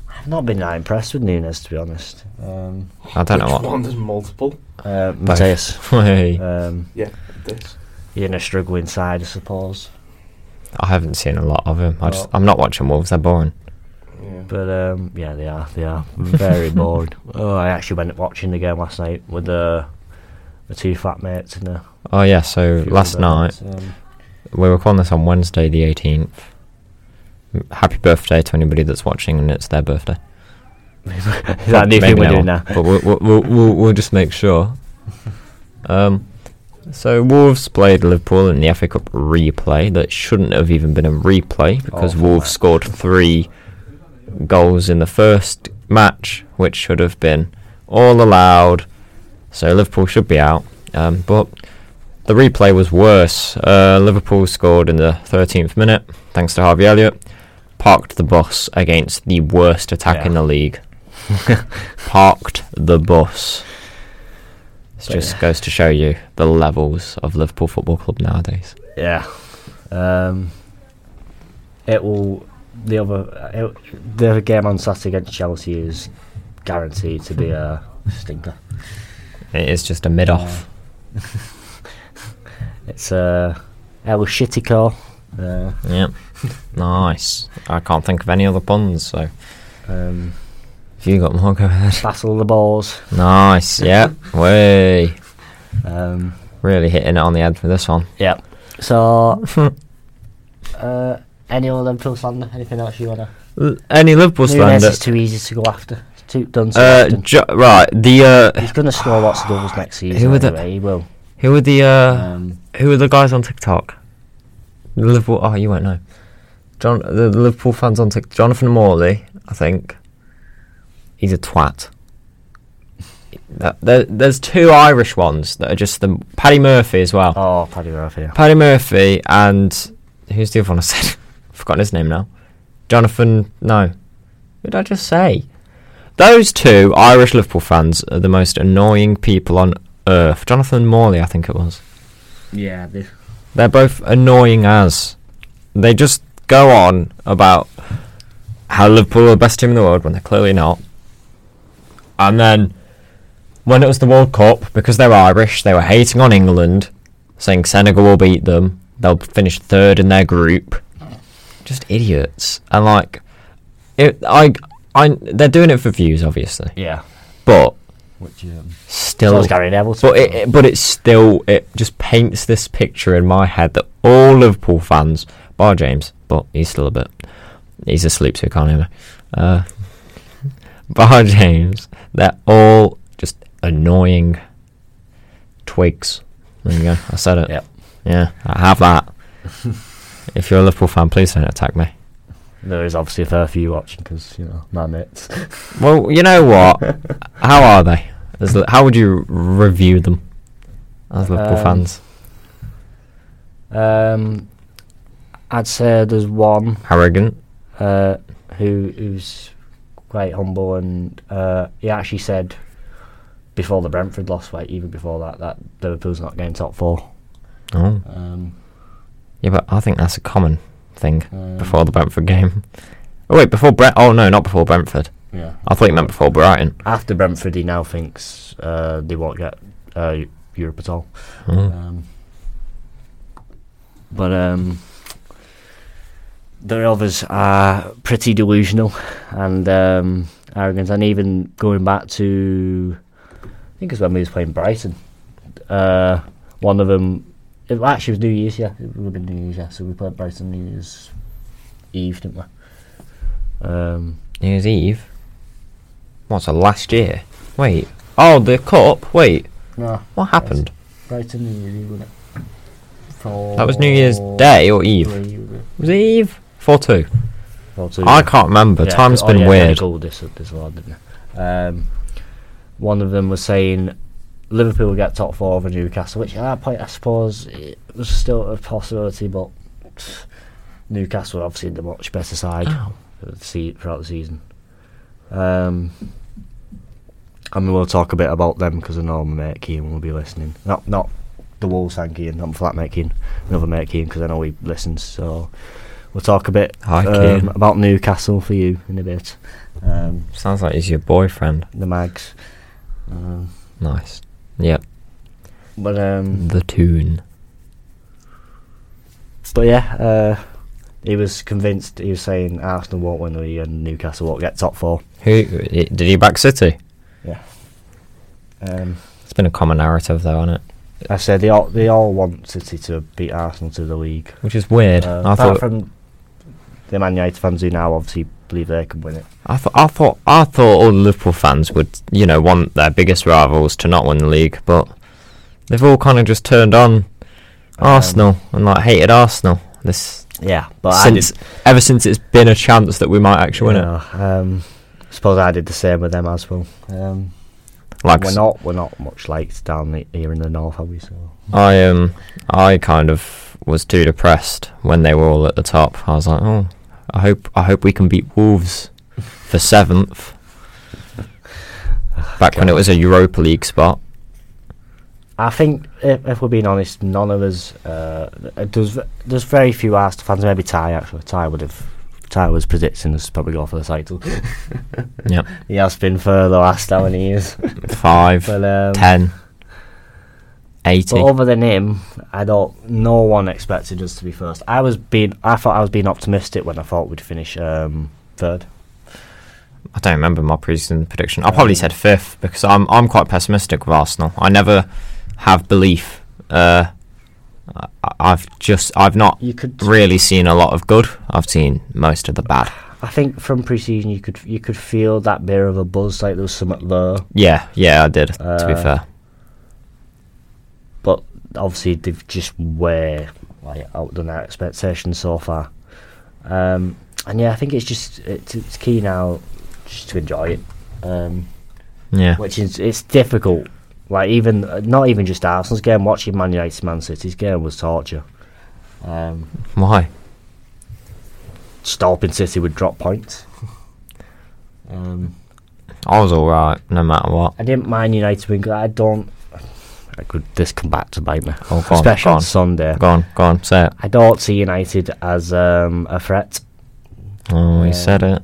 [SPEAKER 2] I've not been that impressed with Nunes to be honest. Um,
[SPEAKER 1] I don't
[SPEAKER 3] Which
[SPEAKER 1] know what.
[SPEAKER 3] One, there's multiple.
[SPEAKER 2] uh, Mateus,
[SPEAKER 1] Hey,
[SPEAKER 2] um,
[SPEAKER 3] This.
[SPEAKER 2] you're in a struggle inside, I suppose.
[SPEAKER 1] I haven't seen a lot of him. I just,
[SPEAKER 2] Well-
[SPEAKER 1] I'm not watching Wolves, they're boring.
[SPEAKER 3] Yeah.
[SPEAKER 2] But um, yeah, they are. They are very bored. Oh, I actually went watching the game last night with the the two flatmates and the.
[SPEAKER 1] Oh, yeah, so
[SPEAKER 2] few
[SPEAKER 1] last
[SPEAKER 2] other
[SPEAKER 1] night,
[SPEAKER 2] lads, um,
[SPEAKER 1] we were recording this on Wednesday, the 18th. M- Happy birthday to anybody that's watching and it's their birthday.
[SPEAKER 2] Is that a
[SPEAKER 1] Maybe
[SPEAKER 2] new thing we're
[SPEAKER 1] they
[SPEAKER 2] doing now?
[SPEAKER 1] won't, But we'll, we'll, we'll, we'll, we'll just make sure. Um, so Wolves played Liverpool in the FA Cup replay that shouldn't have even been a replay because
[SPEAKER 2] Awful
[SPEAKER 1] Wolves
[SPEAKER 2] match.
[SPEAKER 1] scored three goals in the first match, which should have been all allowed. So Liverpool should be out. Um, but the replay was worse. Uh, Liverpool scored in the 13th minute thanks to Harvey Elliott. Parked the bus against the worst attack in
[SPEAKER 2] Yeah.
[SPEAKER 1] the league. parked the bus. It
[SPEAKER 2] But
[SPEAKER 1] just goes to show you the levels of Liverpool Football Club nowadays.
[SPEAKER 2] Yeah. Um, it will. The other it, the other game on Saturday against Chelsea is guaranteed to be a stinker.
[SPEAKER 1] It is just a mid off.
[SPEAKER 2] It's uh, a El Shittico. Uh,
[SPEAKER 1] Yep. nice. I can't think of any other puns, so
[SPEAKER 2] um,
[SPEAKER 1] if you got more, go ahead.
[SPEAKER 2] battle of the balls.
[SPEAKER 1] Nice. Yep. Way.
[SPEAKER 2] Um,
[SPEAKER 1] Really hitting it on the head for this one.
[SPEAKER 2] yeah. So, uh, any other Liverpool slander? Anything else you wanna?
[SPEAKER 1] L- any Liverpool
[SPEAKER 2] Nunes
[SPEAKER 1] slander?
[SPEAKER 2] is too easy to go after. It's too, done so
[SPEAKER 1] Uh,
[SPEAKER 2] often.
[SPEAKER 1] jo- right. The uh,
[SPEAKER 2] He's going to score lots of goals next season.
[SPEAKER 1] were the-
[SPEAKER 2] anyway, He will.
[SPEAKER 1] who are the uh,
[SPEAKER 4] Um,
[SPEAKER 1] who are the guys on TikTok? The Liverpool. Oh, you won't know. John, the the Liverpool fans on TikTok. Jonathan Morley, I think. He's a twat. Uh, There, there's two Irish ones that are just the Paddy Murphy as well.
[SPEAKER 2] Oh, Paddy Murphy. yeah.
[SPEAKER 1] Paddy Murphy and who's the other one I said? I've forgotten his name now. Jonathan. No, who did I just say? Those two Irish Liverpool fans are the most annoying people on earth. Jonathan Morley, I think it was.
[SPEAKER 4] yeah, this,
[SPEAKER 1] They're both annoying as. They just go on about how Liverpool are the best team in the world when they're clearly not. And then when it was the World Cup, because they're Irish, they were hating on England, saying Senegal will beat them, they'll finish third in their group. Just idiots. And like it I I they're doing it for views obviously.
[SPEAKER 2] Yeah.
[SPEAKER 1] But
[SPEAKER 4] which um,
[SPEAKER 2] So
[SPEAKER 1] still
[SPEAKER 2] was Gary Neville. to
[SPEAKER 1] but
[SPEAKER 2] be
[SPEAKER 1] it,
[SPEAKER 2] fair.
[SPEAKER 1] it- but it's still it just paints this picture in my head that all Liverpool fans, bar James, but he's still a bit, he's asleep so he can't hear me. Uh, bar James, they're all just annoying twigs. There you go. I said it.
[SPEAKER 2] Yep.
[SPEAKER 1] Yeah, I have that. if you're a Liverpool fan, please don't attack me.
[SPEAKER 2] There is obviously a fair few watching because, you know, my mates.
[SPEAKER 1] Well, you know what? how are they? As, Li- how would you review them as Liverpool
[SPEAKER 2] Um,
[SPEAKER 1] fans?
[SPEAKER 2] Um, I'd say there's one
[SPEAKER 1] Arrogant.
[SPEAKER 2] uh, who who's quite humble and uh, he actually said before the Brentford loss, like even before that, that Liverpool's not getting top four.
[SPEAKER 1] Oh.
[SPEAKER 4] um,
[SPEAKER 1] Yeah, but I think that's a common thing
[SPEAKER 4] um,
[SPEAKER 1] before the Brentford game. Oh wait, before Brent? Oh no, not before Brentford.
[SPEAKER 4] yeah,
[SPEAKER 1] I thought you meant before Brighton.
[SPEAKER 2] After Brentford, he now thinks uh, they won't get uh, Europe at all.
[SPEAKER 1] Mm.
[SPEAKER 4] um,
[SPEAKER 2] Hmm. But um, the others are pretty delusional and um, arrogant. And even going back to, I think it was when we was playing Brighton. Uh, one of them, it well, actually was New Year's, yeah. It would have been New Year's, yeah. So we played Brighton New Year's Eve, didn't we? Um,
[SPEAKER 1] New Year's Eve. What's so last year? Wait. Oh, the cup. Wait,
[SPEAKER 4] no,
[SPEAKER 1] what happened?
[SPEAKER 4] Brighton New Year's Eve, wasn't it? For
[SPEAKER 1] That was New Year's Day or Eve?
[SPEAKER 4] three, was it?
[SPEAKER 1] Was it Eve? Four two.
[SPEAKER 2] or two-
[SPEAKER 1] I can't remember.
[SPEAKER 2] Yeah,
[SPEAKER 1] Time's
[SPEAKER 2] oh
[SPEAKER 1] been
[SPEAKER 2] yeah,
[SPEAKER 1] weird.
[SPEAKER 2] Goal this, this one, didn't it? Um, one of them was saying Liverpool would get top four over Newcastle, which at that point I suppose it was still a possibility, but Newcastle were obviously the much better side
[SPEAKER 1] Ow.
[SPEAKER 2] for the se- throughout the season. Um, and we will talk a bit about them because I know my mate Keane will be listening. Not not the Wolves fan Keane, not my flatmate Keane, another mate Keane because I know he listens. So we'll talk a bit
[SPEAKER 1] Hi,
[SPEAKER 2] um,
[SPEAKER 1] Keane.
[SPEAKER 2] about Newcastle for you in a bit. Um,
[SPEAKER 1] Sounds like he's your boyfriend.
[SPEAKER 2] the Mags. Um,
[SPEAKER 1] Nice. Yep.
[SPEAKER 2] but um,
[SPEAKER 1] The tune.
[SPEAKER 2] But yeah, uh, he was convinced. He was saying Arsenal won't win the league and Newcastle won't get top four.
[SPEAKER 1] Who did he back City?
[SPEAKER 2] Yeah. Um,
[SPEAKER 1] It's been a common narrative though, hasn't it?
[SPEAKER 2] I said they all they all want City to beat Arsenal to the league.
[SPEAKER 1] Which is weird.
[SPEAKER 2] Uh,
[SPEAKER 1] I
[SPEAKER 2] apart
[SPEAKER 1] thought
[SPEAKER 2] from the Man United fans who now obviously believe they can win it.
[SPEAKER 1] I, th- I thought I thought all the Liverpool fans would, you know, want their biggest rivals to not win the league, but they've all kind of just turned on Arsenal and like hated Arsenal this
[SPEAKER 2] Yeah, but
[SPEAKER 1] since
[SPEAKER 2] I
[SPEAKER 1] ever since it's been a chance that we might
[SPEAKER 2] did, you
[SPEAKER 1] actually win
[SPEAKER 2] know, um, suppose I did the same with them as well. Um,
[SPEAKER 1] it. Like
[SPEAKER 2] we're
[SPEAKER 1] s-
[SPEAKER 2] not we're not much liked down the, here in the north, are we? So
[SPEAKER 1] I um I kind of was too depressed when they were all at the top. I was like, oh, I hope I hope we can beat Wolves for seventh. Back when it was a Europa League spot.
[SPEAKER 2] I think if, if we're being honest, none of us. Uh, there's there's very few Arsenal fans. Maybe Ty actually. Ty would have. Ty was predicting us probably go for the title.
[SPEAKER 1] Yep.
[SPEAKER 2] he has been for the last how many years.
[SPEAKER 1] Five,
[SPEAKER 2] But um,
[SPEAKER 1] ten, eighty.
[SPEAKER 2] But other than him, I don't. No one expected us to be first. I was being. I thought I was being optimistic when I thought we'd finish um, third.
[SPEAKER 1] I don't remember my preseason prediction. I probably said fifth because I'm I'm quite pessimistic with Arsenal. I never have belief. Uh, I, I've just I've not
[SPEAKER 2] You could.
[SPEAKER 1] really seen a lot of good. I've seen most of the bad.
[SPEAKER 2] I think from pre-season you could you could feel that bit of a buzz, like there was something low.
[SPEAKER 1] Yeah, yeah, I did. to be
[SPEAKER 2] Uh,
[SPEAKER 1] fair,
[SPEAKER 2] But obviously they've just way like outdone our expectations so far. Um, and yeah, I think it's just it's, it's key now just to enjoy it, um,
[SPEAKER 1] yeah,
[SPEAKER 2] which is it's difficult. Like even not even just Arsenal's game, watching Man United's Man City's game was torture. Um,
[SPEAKER 1] why?
[SPEAKER 2] stopping City would drop points. Um,
[SPEAKER 1] I was all right, no matter what.
[SPEAKER 2] I didn't mind United win 'cause I don't. I could this come back to bite me,
[SPEAKER 1] Oh, go on,
[SPEAKER 2] especially
[SPEAKER 1] go
[SPEAKER 2] on,
[SPEAKER 1] on.
[SPEAKER 2] Sunday.
[SPEAKER 1] Go on, go on, say it.
[SPEAKER 2] I don't see United as um, a threat.
[SPEAKER 1] Oh, he
[SPEAKER 2] Yeah.
[SPEAKER 1] said it.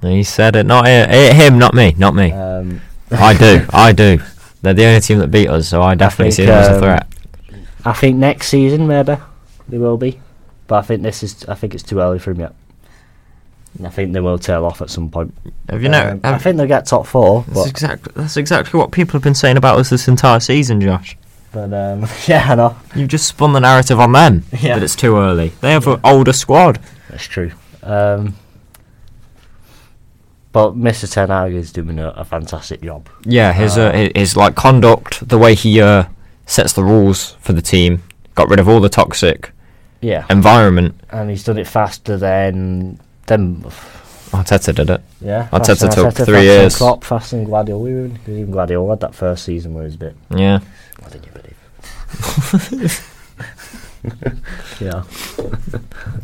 [SPEAKER 1] He said it. Not it, it, him, not me, not me.
[SPEAKER 2] Um,
[SPEAKER 1] I do, I do. They're the only team that beat us, so I definitely see
[SPEAKER 2] think,
[SPEAKER 1] them as a
[SPEAKER 2] um,
[SPEAKER 1] threat.
[SPEAKER 2] I think next season maybe they will be, but I think this is. I think it's too early for them yet. And I think they will tail off at some point.
[SPEAKER 1] Have you know?
[SPEAKER 2] Um, I think they'll get top four,
[SPEAKER 1] that's
[SPEAKER 2] but,
[SPEAKER 1] exactly that's exactly what people have been saying about us this entire season, Josh.
[SPEAKER 2] but um, yeah, I know
[SPEAKER 1] You've just spun the narrative on them
[SPEAKER 2] Yeah.
[SPEAKER 1] that it's too early. They have an older squad.
[SPEAKER 2] that's true. Um, but Mr. Ten Hag is doing a, a fantastic job.
[SPEAKER 1] Yeah, his uh,
[SPEAKER 2] Uh,
[SPEAKER 1] hi- his like conduct, the way he uh, sets the rules for the team, got rid of all the toxic
[SPEAKER 2] Yeah,
[SPEAKER 1] environment.
[SPEAKER 2] and he's done it faster than them.
[SPEAKER 1] Arteta Oh, did it.
[SPEAKER 2] Yeah,
[SPEAKER 1] Arteta
[SPEAKER 2] faster than
[SPEAKER 1] took
[SPEAKER 2] Arteta,
[SPEAKER 1] three
[SPEAKER 2] faster than
[SPEAKER 1] years.
[SPEAKER 2] Klopp, faster than Guardiola. Even 'cause even Guardiola had that first season where he was a bit.
[SPEAKER 1] Yeah,
[SPEAKER 2] What did you believe? yeah,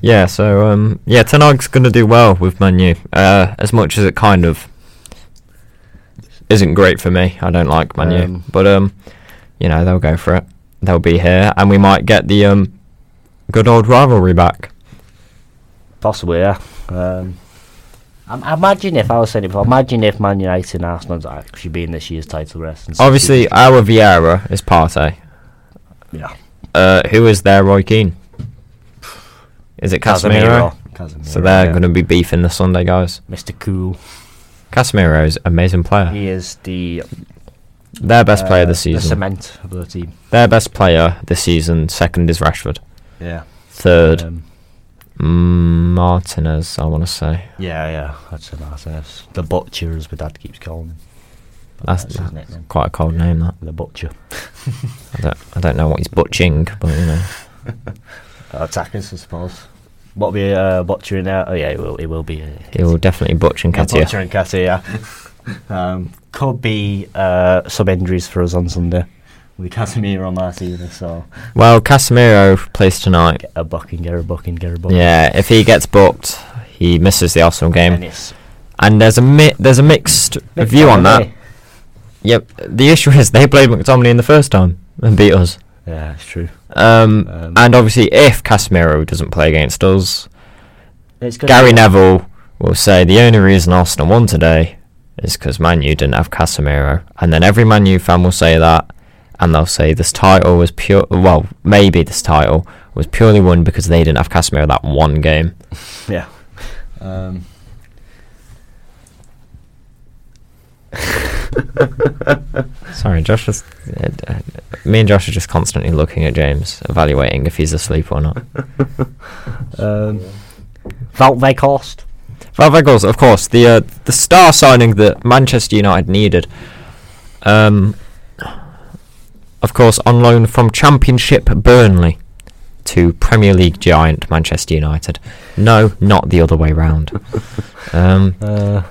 [SPEAKER 1] yeah. So um, yeah, Ten Hag's gonna do well with Manu. Uh, as much as it kind of isn't great for me, I don't like Manu.
[SPEAKER 2] Um,
[SPEAKER 1] but um, you know they'll go for it. They'll be here, and we might get the um, good old rivalry back.
[SPEAKER 2] possibly. Yeah. Um, I, I imagine if I was saying it before. Imagine if Man United and Arsenal had actually been this year's title race. and
[SPEAKER 1] Obviously,
[SPEAKER 2] City-
[SPEAKER 1] our Vieira is Partey.
[SPEAKER 2] yeah,
[SPEAKER 1] Uh, who is their Roy Keane? Is it Casemiro?
[SPEAKER 4] Casemiro.
[SPEAKER 1] So they're
[SPEAKER 2] Yeah.
[SPEAKER 1] going to be beefing the Sunday, guys.
[SPEAKER 2] Mr. Cool.
[SPEAKER 1] Casemiro is an amazing player.
[SPEAKER 2] He is the
[SPEAKER 1] Their best player
[SPEAKER 2] uh,
[SPEAKER 1] this
[SPEAKER 2] The
[SPEAKER 1] season.
[SPEAKER 2] cement of the team.
[SPEAKER 1] their best player this season. Second is Rashford.
[SPEAKER 4] Yeah.
[SPEAKER 1] Third,
[SPEAKER 2] Um,
[SPEAKER 1] mm, Martinez. I want to say.
[SPEAKER 2] yeah, yeah. That's a nice uh, The butcher, as my dad keeps calling him. But
[SPEAKER 1] That's,
[SPEAKER 2] his
[SPEAKER 1] that's
[SPEAKER 2] nickname.
[SPEAKER 1] quite a cold name. That
[SPEAKER 2] The butcher.
[SPEAKER 1] I don't. I don't know what he's butching, but you know.
[SPEAKER 2] attackers, I suppose. What be uh, butcher in there? Oh yeah, it will. It will be. Uh,
[SPEAKER 1] He will definitely butching
[SPEAKER 2] yeah,
[SPEAKER 1] Katia.
[SPEAKER 2] butcher and Katia. yeah. um, could be uh, some injuries for us on Sunday. With Casemiro on that either, so
[SPEAKER 1] Well, Casemiro plays tonight.
[SPEAKER 2] get a bucking, get a bucking, get a bucking.
[SPEAKER 1] Yeah, if he gets booked, he misses the Arsenal
[SPEAKER 2] And
[SPEAKER 1] game.
[SPEAKER 2] it's
[SPEAKER 1] And there's a mi- there's a mixed view on that. Yep. The issue is they played McTominay in the first time and beat us.
[SPEAKER 2] Yeah, it's true.
[SPEAKER 1] Um,
[SPEAKER 2] Um,
[SPEAKER 1] and obviously, if Casemiro doesn't play against us,
[SPEAKER 2] It's gonna
[SPEAKER 1] Gary
[SPEAKER 2] be-
[SPEAKER 1] Neville will say the only reason Arsenal won today is because Man U didn't have Casemiro. And then every Man U fan will say that, and they'll say this title was pure. Well, maybe this title was purely won because they didn't have Casemiro that one game.
[SPEAKER 2] Yeah.
[SPEAKER 4] Um,
[SPEAKER 1] Sorry, Josh was. uh, uh, me and Josh are just constantly looking at James, evaluating if he's asleep or not.
[SPEAKER 2] Um, Valve cost.
[SPEAKER 1] Van Weghorst, of course, the uh, the star signing that Manchester United needed. Um, of course, on loan from Championship Burnley to Premier League giant Manchester United. No, not the other way round. um,
[SPEAKER 2] Uh,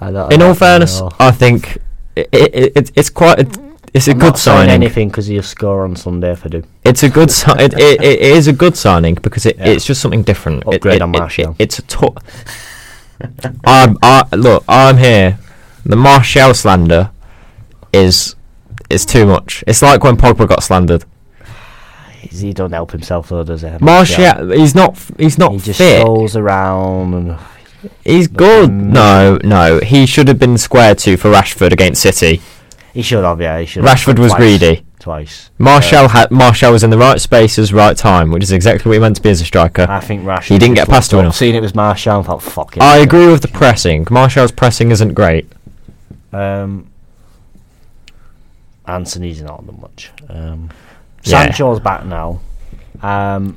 [SPEAKER 2] I don't, I
[SPEAKER 1] in all
[SPEAKER 2] don't
[SPEAKER 1] fairness,
[SPEAKER 2] know.
[SPEAKER 1] I think it, it, it, it's quite a, it's a
[SPEAKER 2] I'm
[SPEAKER 1] good
[SPEAKER 2] not saying
[SPEAKER 1] signing.
[SPEAKER 2] anything because he'll score on Sunday if I do.
[SPEAKER 1] It's a good si- it, it, it is a good signing because it,
[SPEAKER 2] Yeah.
[SPEAKER 1] it's just something different. It-
[SPEAKER 2] Upgrade
[SPEAKER 1] it-
[SPEAKER 2] on
[SPEAKER 1] it-
[SPEAKER 2] Martial.
[SPEAKER 1] it- it's a to- I'm I, look. I'm here. The Martial slander is is too much. It's like when Pogba got slandered.
[SPEAKER 2] He don't help himself though, does he?
[SPEAKER 1] Martial, he's not f- he's not
[SPEAKER 2] he just
[SPEAKER 1] fit.
[SPEAKER 2] strolls around and
[SPEAKER 1] He's good.
[SPEAKER 2] Mm.
[SPEAKER 1] No, no. He should have been square to for Rashford against City.
[SPEAKER 2] he should have. Yeah, he should. have.
[SPEAKER 1] Rashford was
[SPEAKER 2] Twice.
[SPEAKER 1] greedy.
[SPEAKER 2] Twice.
[SPEAKER 1] Martial had Martial was in the right spaces, right time, which is exactly what he meant to be as a striker.
[SPEAKER 2] I think Rashford.
[SPEAKER 1] He didn't get
[SPEAKER 2] just
[SPEAKER 1] past him
[SPEAKER 2] looked up,
[SPEAKER 1] enough.
[SPEAKER 2] Seen it was Martial and thought, "Fuck it."
[SPEAKER 1] I agree with the pressing. Martial's pressing isn't great.
[SPEAKER 2] Um, Anthony's not done much. Um,
[SPEAKER 1] Yeah.
[SPEAKER 2] Sancho's back now. Um,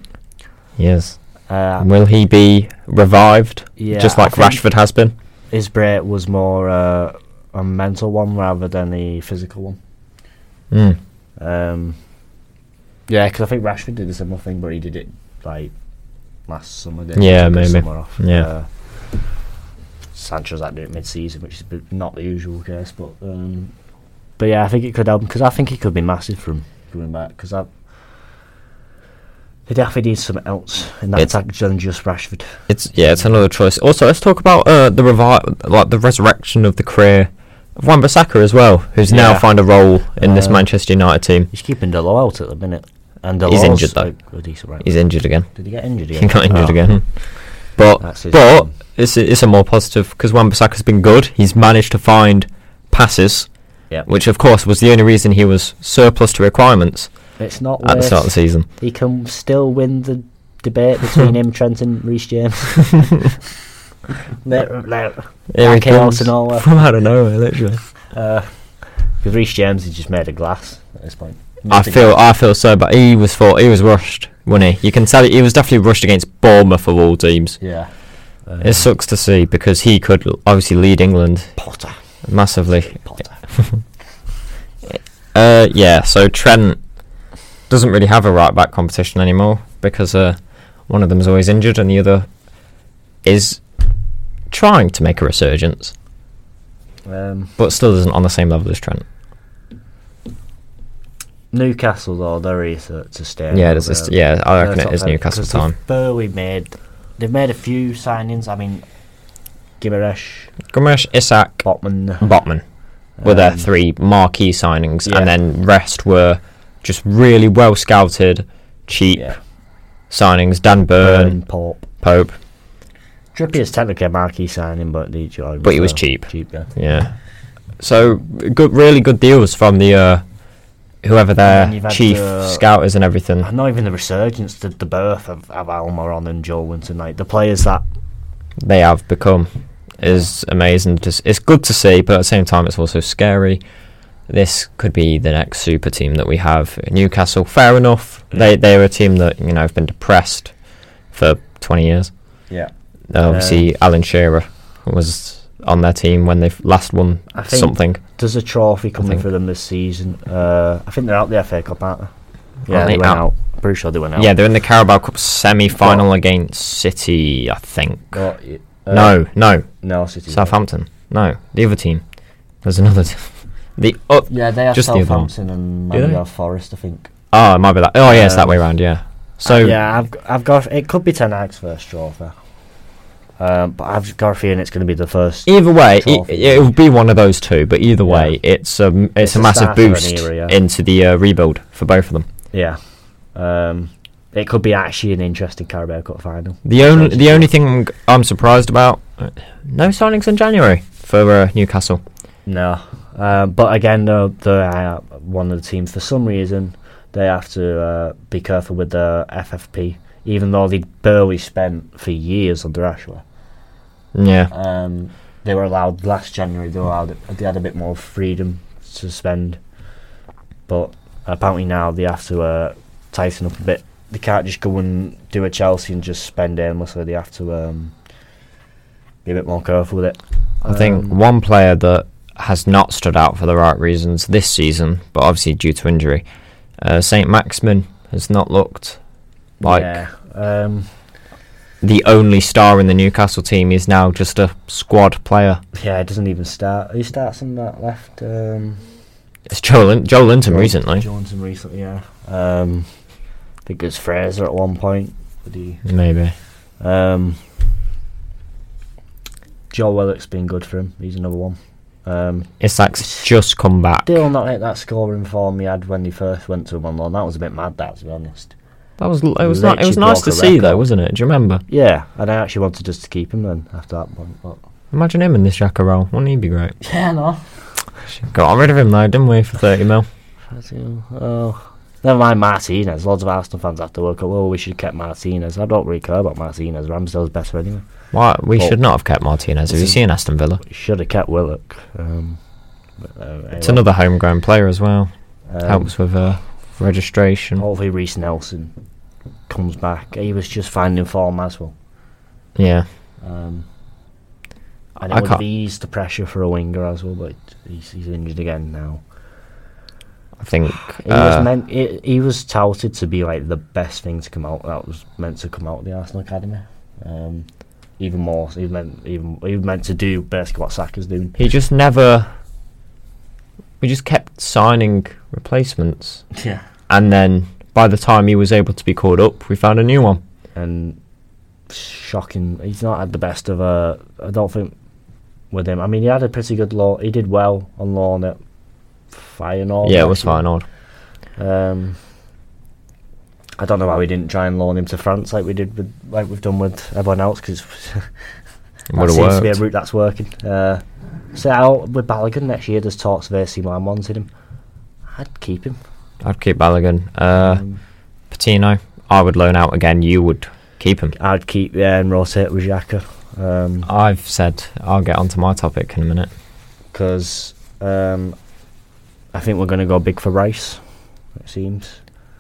[SPEAKER 1] Yes.
[SPEAKER 2] uh, Uh,
[SPEAKER 1] Will he be revived,
[SPEAKER 2] yeah,
[SPEAKER 1] just
[SPEAKER 2] I
[SPEAKER 1] like
[SPEAKER 2] think
[SPEAKER 1] Rashford has been?
[SPEAKER 2] His break was more uh, a mental one rather than a physical one.
[SPEAKER 1] Mm.
[SPEAKER 2] Um, yeah, because I think Rashford did a similar thing, but he did it like last summer. Didn't he?
[SPEAKER 1] Yeah,
[SPEAKER 2] Took the
[SPEAKER 1] maybe.
[SPEAKER 2] Summer off.
[SPEAKER 1] Yeah.
[SPEAKER 2] Uh, Sancho's had to do it mid-season, which is a bit- not the usual case, but um, but yeah, I think it could help because I think he could be massive from coming back because I. He definitely needs something else in that
[SPEAKER 1] It's-
[SPEAKER 2] attack than just Rashford.
[SPEAKER 1] It's yeah, it's another choice. Also, let's talk about uh, the revi- like the resurrection of the career of Wan-Bissaka as well, who's now
[SPEAKER 2] Yeah.
[SPEAKER 1] found a role in this
[SPEAKER 2] Uh,
[SPEAKER 1] Manchester United team.
[SPEAKER 2] He's keeping Delo out at the minute, and
[SPEAKER 1] He's
[SPEAKER 2] Delo's
[SPEAKER 1] injured, though.
[SPEAKER 2] A, a decent right.
[SPEAKER 1] He's injured again.
[SPEAKER 2] Did he get injured again?
[SPEAKER 1] He got injured
[SPEAKER 2] Oh, Uh,
[SPEAKER 1] again. But
[SPEAKER 2] That's his
[SPEAKER 1] but
[SPEAKER 2] problem.
[SPEAKER 1] it's a, it's a more positive because Wan-Bissaka's been good. He's managed to find passes,
[SPEAKER 2] Yep.
[SPEAKER 1] which of course was the only reason he was surplus to requirements
[SPEAKER 2] It's not
[SPEAKER 1] at the start of the
[SPEAKER 2] worth-
[SPEAKER 1] season.
[SPEAKER 2] he can still win the debate between him, Trent, and Reece James. Let- let-
[SPEAKER 1] Here he
[SPEAKER 2] came out
[SPEAKER 1] comes
[SPEAKER 2] of nowhere.
[SPEAKER 1] from out of nowhere, literally.
[SPEAKER 2] uh, Because Reece James is just made of glass at this point.
[SPEAKER 1] I feel I feel so, but he was for he was rushed, wasn't he? You can tell he was definitely rushed against Bournemouth of all teams.
[SPEAKER 2] Yeah. Uh,
[SPEAKER 1] It sucks to see because he could l- obviously lead England
[SPEAKER 2] Potter.
[SPEAKER 1] massively.
[SPEAKER 2] Potter.
[SPEAKER 1] Uh, yeah, so Trent doesn't really have a right back competition anymore because uh, one of them's always injured and the other is trying to make a resurgence,
[SPEAKER 2] Um,
[SPEAKER 1] but still isn't on the same level as Trent.
[SPEAKER 2] Newcastle, though, they're easier to stay.
[SPEAKER 1] Yeah, it's, it's, yeah, I reckon it is Newcastle
[SPEAKER 2] Newcastle
[SPEAKER 1] time.
[SPEAKER 2] Burley made. They've made a few signings. I mean, Gimaresh,
[SPEAKER 1] Gomes, Isak,
[SPEAKER 2] Botman.
[SPEAKER 1] Botman. were their
[SPEAKER 2] um,
[SPEAKER 1] three marquee signings,
[SPEAKER 2] yeah.
[SPEAKER 1] and then rest were just really well scouted, cheap
[SPEAKER 2] Yeah.
[SPEAKER 1] signings. Dan Byrne,
[SPEAKER 2] Burn, Pope.
[SPEAKER 1] Pope,
[SPEAKER 2] Trippier's technically a marquee signing, but he joined.
[SPEAKER 1] But he
[SPEAKER 2] as
[SPEAKER 1] was
[SPEAKER 2] well.
[SPEAKER 1] cheap.
[SPEAKER 2] Cheap, yeah.
[SPEAKER 1] yeah. So good, really good deals from the uh, whoever
[SPEAKER 2] And
[SPEAKER 1] their
[SPEAKER 2] you've had,
[SPEAKER 1] chief
[SPEAKER 2] uh,
[SPEAKER 1] scouters and everything.
[SPEAKER 2] not even the resurgence, the, the birth of, of Almiron and Joel Winton, like the players that
[SPEAKER 1] They have become is amazing. Just it's good to see, but at the same time, it's also scary. This could be the next super team that we have. Newcastle, fair enough. They they are a team that you know have been depressed for twenty years.
[SPEAKER 4] Yeah.
[SPEAKER 1] Uh, obviously, Alan Shearer was on their team when they have last won
[SPEAKER 2] I think-
[SPEAKER 1] something.
[SPEAKER 2] there's a trophy coming
[SPEAKER 1] think-
[SPEAKER 2] for them this season. Uh, I think they're out the FA Cup, aren't they? Yeah,
[SPEAKER 1] Aren't
[SPEAKER 2] they,
[SPEAKER 1] they
[SPEAKER 2] went
[SPEAKER 1] out?
[SPEAKER 2] out. Pretty sure they went out.
[SPEAKER 1] Yeah, they're in the Carabao Cup semi-final against City, I think.
[SPEAKER 4] Got it. Uh,
[SPEAKER 1] no, no,
[SPEAKER 2] no, City.
[SPEAKER 1] Southampton. No, the other team. There's another. T- the uh,
[SPEAKER 4] Yeah, they have
[SPEAKER 1] Just the other one.
[SPEAKER 4] Southampton and
[SPEAKER 1] Do
[SPEAKER 4] maybe
[SPEAKER 1] they?
[SPEAKER 4] have Forest, I think.
[SPEAKER 1] oh, it might be that. Oh, yeah, it's that
[SPEAKER 2] Um,
[SPEAKER 1] way round. Yeah. So
[SPEAKER 2] Uh, yeah, I've g- I've got it could be Ten Hag's first trophy, um, but I've got a feeling it's going to be the first.
[SPEAKER 1] either way, it,
[SPEAKER 2] Trophy.
[SPEAKER 1] it will be one of those two. But either way, it's um, it's,
[SPEAKER 2] It's
[SPEAKER 1] a
[SPEAKER 2] the
[SPEAKER 1] massive
[SPEAKER 2] start of an
[SPEAKER 1] boost
[SPEAKER 2] era, yeah.
[SPEAKER 1] into the uh, rebuild for both of them.
[SPEAKER 2] Yeah, um, it could be actually an interesting Carabao Cup final.
[SPEAKER 1] The only
[SPEAKER 2] Sounds
[SPEAKER 1] the only
[SPEAKER 2] good.
[SPEAKER 1] thing I'm, g- I'm surprised about, uh, no signings in January for uh, Newcastle.
[SPEAKER 2] No, um, but again, though, they are one of the teams for some reason they have to uh, be careful with their FFP, even though they barely spent for years under Ashworth.
[SPEAKER 1] Yeah.
[SPEAKER 4] Um,
[SPEAKER 2] They were allowed last January. They were allowed. They had a bit more freedom to spend, but apparently now they have to uh, tighten up a bit. They can't just go and do a Chelsea and just spend endlessly. They have to um, be a bit more careful with it.
[SPEAKER 1] I think
[SPEAKER 2] Um,
[SPEAKER 1] one player that has not stood out for the right reasons this season, but obviously due to injury, uh, Saint Maximin has not looked like
[SPEAKER 2] yeah, um,
[SPEAKER 1] the only star in the Newcastle team. He's now just a squad player.
[SPEAKER 2] yeah, it doesn't even start. He starts on that left. Um,
[SPEAKER 1] It's Joel, Lin- Joel Linton recently.
[SPEAKER 2] Johnson recently, yeah. Um, I think it was Fraser at one point. But he,
[SPEAKER 1] Maybe.
[SPEAKER 2] um, Joe Willock's been good for him. He's another one. Um,
[SPEAKER 1] Isak's just come back.
[SPEAKER 2] still not hit that scoring form he had when he first went to him on loan. That was a bit mad, that to be honest.
[SPEAKER 1] That was l- it was not, it was
[SPEAKER 2] Literally
[SPEAKER 1] nice
[SPEAKER 2] broke
[SPEAKER 1] to
[SPEAKER 2] a
[SPEAKER 1] see though,
[SPEAKER 2] record.
[SPEAKER 1] wasn't it? Do you remember?
[SPEAKER 2] Yeah, and I actually wanted just to keep him then after that point. But
[SPEAKER 1] Imagine him in this Xhaka role. Wouldn't he be great?
[SPEAKER 4] yeah, no.
[SPEAKER 1] Got rid of him though, didn't we? For thirty mil.
[SPEAKER 2] oh, never mind Martinez. Lots of Arsenal fans after World Cup. Oh, we should have kept Martinez. I don't really care about Martinez. Ramsdale's better anyway.
[SPEAKER 1] Why we
[SPEAKER 2] Well,
[SPEAKER 1] should not have kept Martinez. Have you
[SPEAKER 2] this is-
[SPEAKER 1] seen Aston Villa?
[SPEAKER 2] Should have kept Willock. Um, but, uh,
[SPEAKER 1] It's
[SPEAKER 2] anyway.
[SPEAKER 1] another homegrown player as well.
[SPEAKER 2] Um, oh.
[SPEAKER 1] Helps with uh, registration.
[SPEAKER 2] Hopefully, Reese Nelson comes back. He was just finding form as well.
[SPEAKER 1] Yeah.
[SPEAKER 2] Um, and
[SPEAKER 1] I
[SPEAKER 2] it would
[SPEAKER 1] can't-
[SPEAKER 2] have eased the pressure for a winger as well, but he's, he's injured again now.
[SPEAKER 1] I think.
[SPEAKER 2] He
[SPEAKER 1] uh,
[SPEAKER 2] was meant. He, he was touted to be like the best thing to come out. That was meant to come out of the Arsenal academy. Um, even more, he was meant even he was meant to do basically what Saka's doing.
[SPEAKER 1] he just never. We just kept signing replacements,
[SPEAKER 4] Yeah.
[SPEAKER 1] and then by the time he was able to be called up, we found a new one.
[SPEAKER 2] and shocking. He's not had the best of a. I don't think with him. I mean, he had a pretty good law. He did well on loan at Feyenoord.
[SPEAKER 1] yeah, it was
[SPEAKER 2] actually.
[SPEAKER 1] fine. Odd.
[SPEAKER 2] Um, I don't know why we didn't try and loan him to France like we did with like we've done with everyone else because
[SPEAKER 1] It
[SPEAKER 2] that
[SPEAKER 1] would have
[SPEAKER 2] seems to be a
[SPEAKER 1] worked.
[SPEAKER 2] route that's working. Uh, so out with Balogun next year. There's talks of AC Milan wanted him. I'd keep him.
[SPEAKER 1] I'd keep Balogun. Uh,
[SPEAKER 2] Um,
[SPEAKER 1] Patino, I would loan out again. You would keep him.
[SPEAKER 2] I'd keep yeah and rotate with Xhaka. Um,
[SPEAKER 1] I've said I'll get onto my topic in a minute.
[SPEAKER 2] because um, I think we're going to go big for Rice. It seems.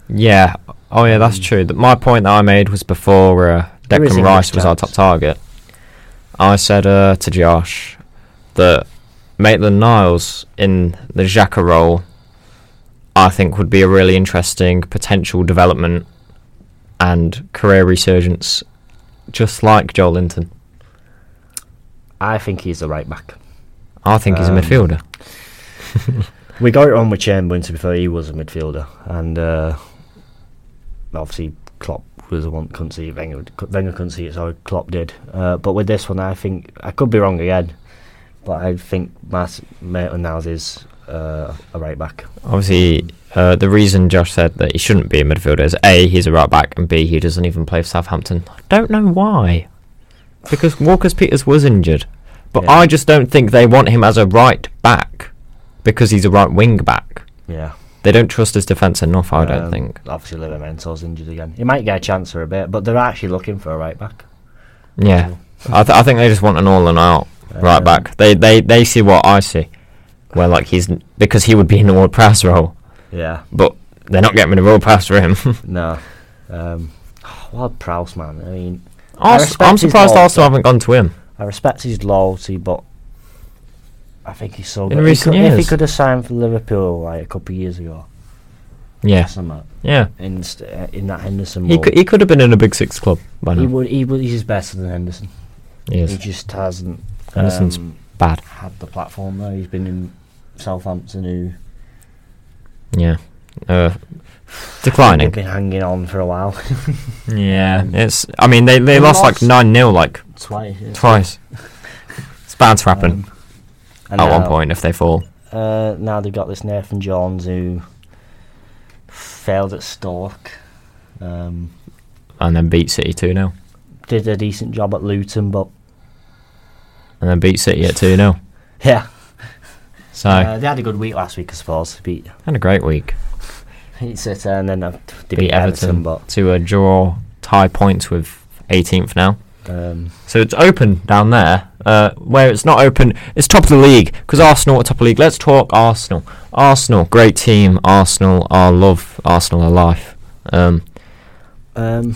[SPEAKER 1] Yeah. Oh, yeah, that's
[SPEAKER 4] Mm.
[SPEAKER 1] true. That my point that I made was before uh,
[SPEAKER 2] Hmm. There is
[SPEAKER 1] Declan
[SPEAKER 2] English
[SPEAKER 1] Rice was our top
[SPEAKER 2] chance.
[SPEAKER 1] target. I said uh, to Josh that Maitland Niles in the Xhaka role, I think, would be a really interesting potential development and career resurgence, just like Joel Linton.
[SPEAKER 2] I think he's the right back.
[SPEAKER 1] I think he's a
[SPEAKER 2] Um,
[SPEAKER 1] midfielder.
[SPEAKER 2] We got it on with Chamberlain to be fair. He was a midfielder, and uh, obviously Klopp was the one couldn't see it. Wenger, Wenger couldn't see it, so Klopp did. Uh, but with this one, I think I could be wrong again, but I think Mas- Maitland Niles is uh, a right back.
[SPEAKER 1] Obviously, uh, the reason Josh said that he shouldn't be a midfielder is A, he's a right back, and B, he doesn't even play for Southampton. I don't know why. Because Walker's Peters was injured. But
[SPEAKER 2] Yeah.
[SPEAKER 1] I just don't think they want him as a right back because he's a right wing back.
[SPEAKER 2] Yeah,
[SPEAKER 1] They don't trust his defence enough, I don't
[SPEAKER 2] Um,
[SPEAKER 1] think.
[SPEAKER 2] Obviously, Livermento's injured again. He might get a chance for a bit, but they're actually looking for a right back.
[SPEAKER 1] Yeah. I, th- I think they just want an all and out right
[SPEAKER 2] Um,
[SPEAKER 1] back. They, they they see what I see. Where, like, he's. n- Because he would be in the Ward Prowse role.
[SPEAKER 2] Yeah.
[SPEAKER 1] But they're not getting rid of Ward Prowse for him.
[SPEAKER 2] No. Um, what Prowse, man. I mean, I
[SPEAKER 1] Ars-
[SPEAKER 2] respect
[SPEAKER 1] I'm
[SPEAKER 2] his
[SPEAKER 1] surprised
[SPEAKER 2] loyalty.
[SPEAKER 1] Arsenal haven't gone to him.
[SPEAKER 2] I respect his loyalty, but I think he's so
[SPEAKER 1] In
[SPEAKER 2] good. He
[SPEAKER 1] recent
[SPEAKER 2] could- If he
[SPEAKER 1] years.
[SPEAKER 2] could have signed for Liverpool like a couple of years ago,
[SPEAKER 1] Yeah,
[SPEAKER 2] somewhat,
[SPEAKER 1] yeah.
[SPEAKER 2] in, st- uh, in that Henderson
[SPEAKER 1] He
[SPEAKER 2] mould,
[SPEAKER 1] could, he could have been in a big six club by
[SPEAKER 2] he,
[SPEAKER 1] now.
[SPEAKER 2] would, he would, he's better than Henderson.
[SPEAKER 1] He is.
[SPEAKER 2] He just hasn't
[SPEAKER 1] Henderson's
[SPEAKER 2] um,
[SPEAKER 1] bad.
[SPEAKER 4] Had the platform there. He's been in Southampton who
[SPEAKER 1] Yeah, uh,
[SPEAKER 2] they've
[SPEAKER 1] declining.
[SPEAKER 2] been hanging on for a while.
[SPEAKER 1] Yeah, it's. I mean, they they
[SPEAKER 4] They
[SPEAKER 1] lost, like
[SPEAKER 4] lost.
[SPEAKER 1] nine 0 like
[SPEAKER 4] twice. yeah.
[SPEAKER 1] twice. it's bound to happen
[SPEAKER 4] Um,
[SPEAKER 2] And
[SPEAKER 1] at one
[SPEAKER 2] now-
[SPEAKER 1] point if they fall.
[SPEAKER 2] Uh, now they've got this Nathan Jones who failed at Stoke. Um,
[SPEAKER 1] And then beat City 2 0.
[SPEAKER 2] did a decent job at Luton, but
[SPEAKER 1] And then beat City at 2 0.
[SPEAKER 2] yeah,
[SPEAKER 1] So,
[SPEAKER 2] Uh, they had a good week last week, I suppose. Beat
[SPEAKER 1] had a great week.
[SPEAKER 2] Heat City and then uh, they
[SPEAKER 1] Beat,
[SPEAKER 2] beat
[SPEAKER 1] Everton,
[SPEAKER 2] Everton, but
[SPEAKER 1] to a draw, tie points with 18th now.
[SPEAKER 2] um,
[SPEAKER 1] So it's open down there. Uh, where it's not open, it's top of the league because Arsenal are top of the league. Let's talk Arsenal. Arsenal, great team. Arsenal, I love Arsenal, our life. Um,
[SPEAKER 2] um,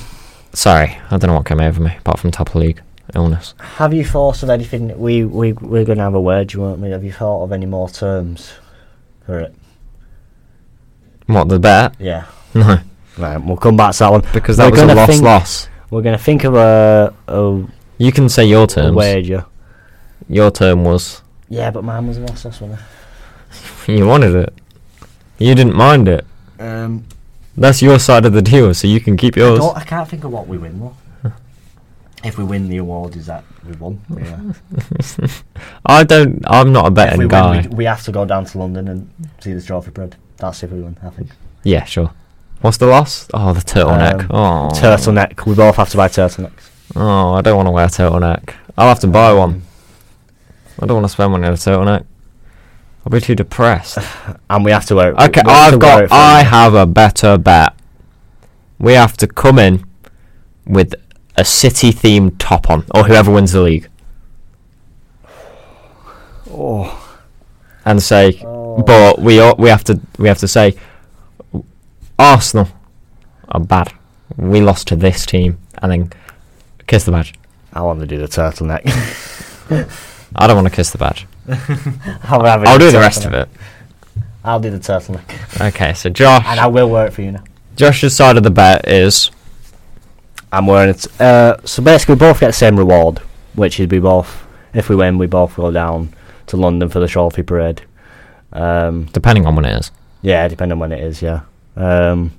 [SPEAKER 1] sorry, I don't know what came over me apart from top of the league illness.
[SPEAKER 2] have you thought of anything? that We we we're going to have a word, you weren't we? Have you thought of any more terms for it?
[SPEAKER 1] What the bet?
[SPEAKER 2] Yeah.
[SPEAKER 1] No,
[SPEAKER 2] Right, we'll come back to that one.
[SPEAKER 1] because that
[SPEAKER 2] We're
[SPEAKER 1] was a
[SPEAKER 2] gonna
[SPEAKER 1] loss.
[SPEAKER 2] think-
[SPEAKER 1] Loss.
[SPEAKER 2] We're going to think of a, a,
[SPEAKER 1] You can say your
[SPEAKER 2] a
[SPEAKER 1] terms.
[SPEAKER 2] wager.
[SPEAKER 1] Your term was
[SPEAKER 2] Yeah, but mine was a loss, that's one.
[SPEAKER 1] you wanted it. You didn't mind it.
[SPEAKER 2] Um,
[SPEAKER 1] That's your side of the deal, so you can keep
[SPEAKER 2] I,
[SPEAKER 1] yours.
[SPEAKER 2] don't- I can't think of what we win, though. if we win the award, is that we won? Yeah.
[SPEAKER 1] I don't. I'm not a
[SPEAKER 2] if
[SPEAKER 1] betting
[SPEAKER 2] we
[SPEAKER 1] guy.
[SPEAKER 2] win, we, we have to go down to London and see the trophy bread. That's if we win, I think.
[SPEAKER 1] Yeah, sure. What's the loss? Oh, the turtleneck. oh,
[SPEAKER 2] Um, Turtleneck. We both have to buy turtlenecks.
[SPEAKER 1] Oh, I don't want to wear a turtleneck. I'll have to
[SPEAKER 2] Um,
[SPEAKER 1] buy one. I don't want to spend money on a turtleneck. I'll be too depressed.
[SPEAKER 2] And we have to wear it.
[SPEAKER 1] Okay,
[SPEAKER 2] we have to
[SPEAKER 1] I've
[SPEAKER 2] wear
[SPEAKER 1] got.
[SPEAKER 2] it for-
[SPEAKER 1] I have a better bet. We have to come in with a city themed top on, or whoever wins the league,
[SPEAKER 2] Oh.
[SPEAKER 1] and say, but we all, we have to we have to say, Arsenal are bad. we lost to this team, and then kiss the badge.
[SPEAKER 2] I want to do the turtleneck.
[SPEAKER 1] I don't want to kiss the badge.
[SPEAKER 2] I'll, have it
[SPEAKER 1] I'll do the
[SPEAKER 2] turtleneck.
[SPEAKER 1] rest of it.
[SPEAKER 2] I'll do the turtleneck,
[SPEAKER 1] Okay, so Josh,
[SPEAKER 2] and I will work for you now.
[SPEAKER 1] Josh's side of the bet is
[SPEAKER 2] I'm wearing it. Uh, so basically, we both get the same reward, which is we both, if we win, we both go down to London for the trophy parade. Um,
[SPEAKER 1] depending on when it is.
[SPEAKER 2] yeah, depending on when it is. Yeah. Um,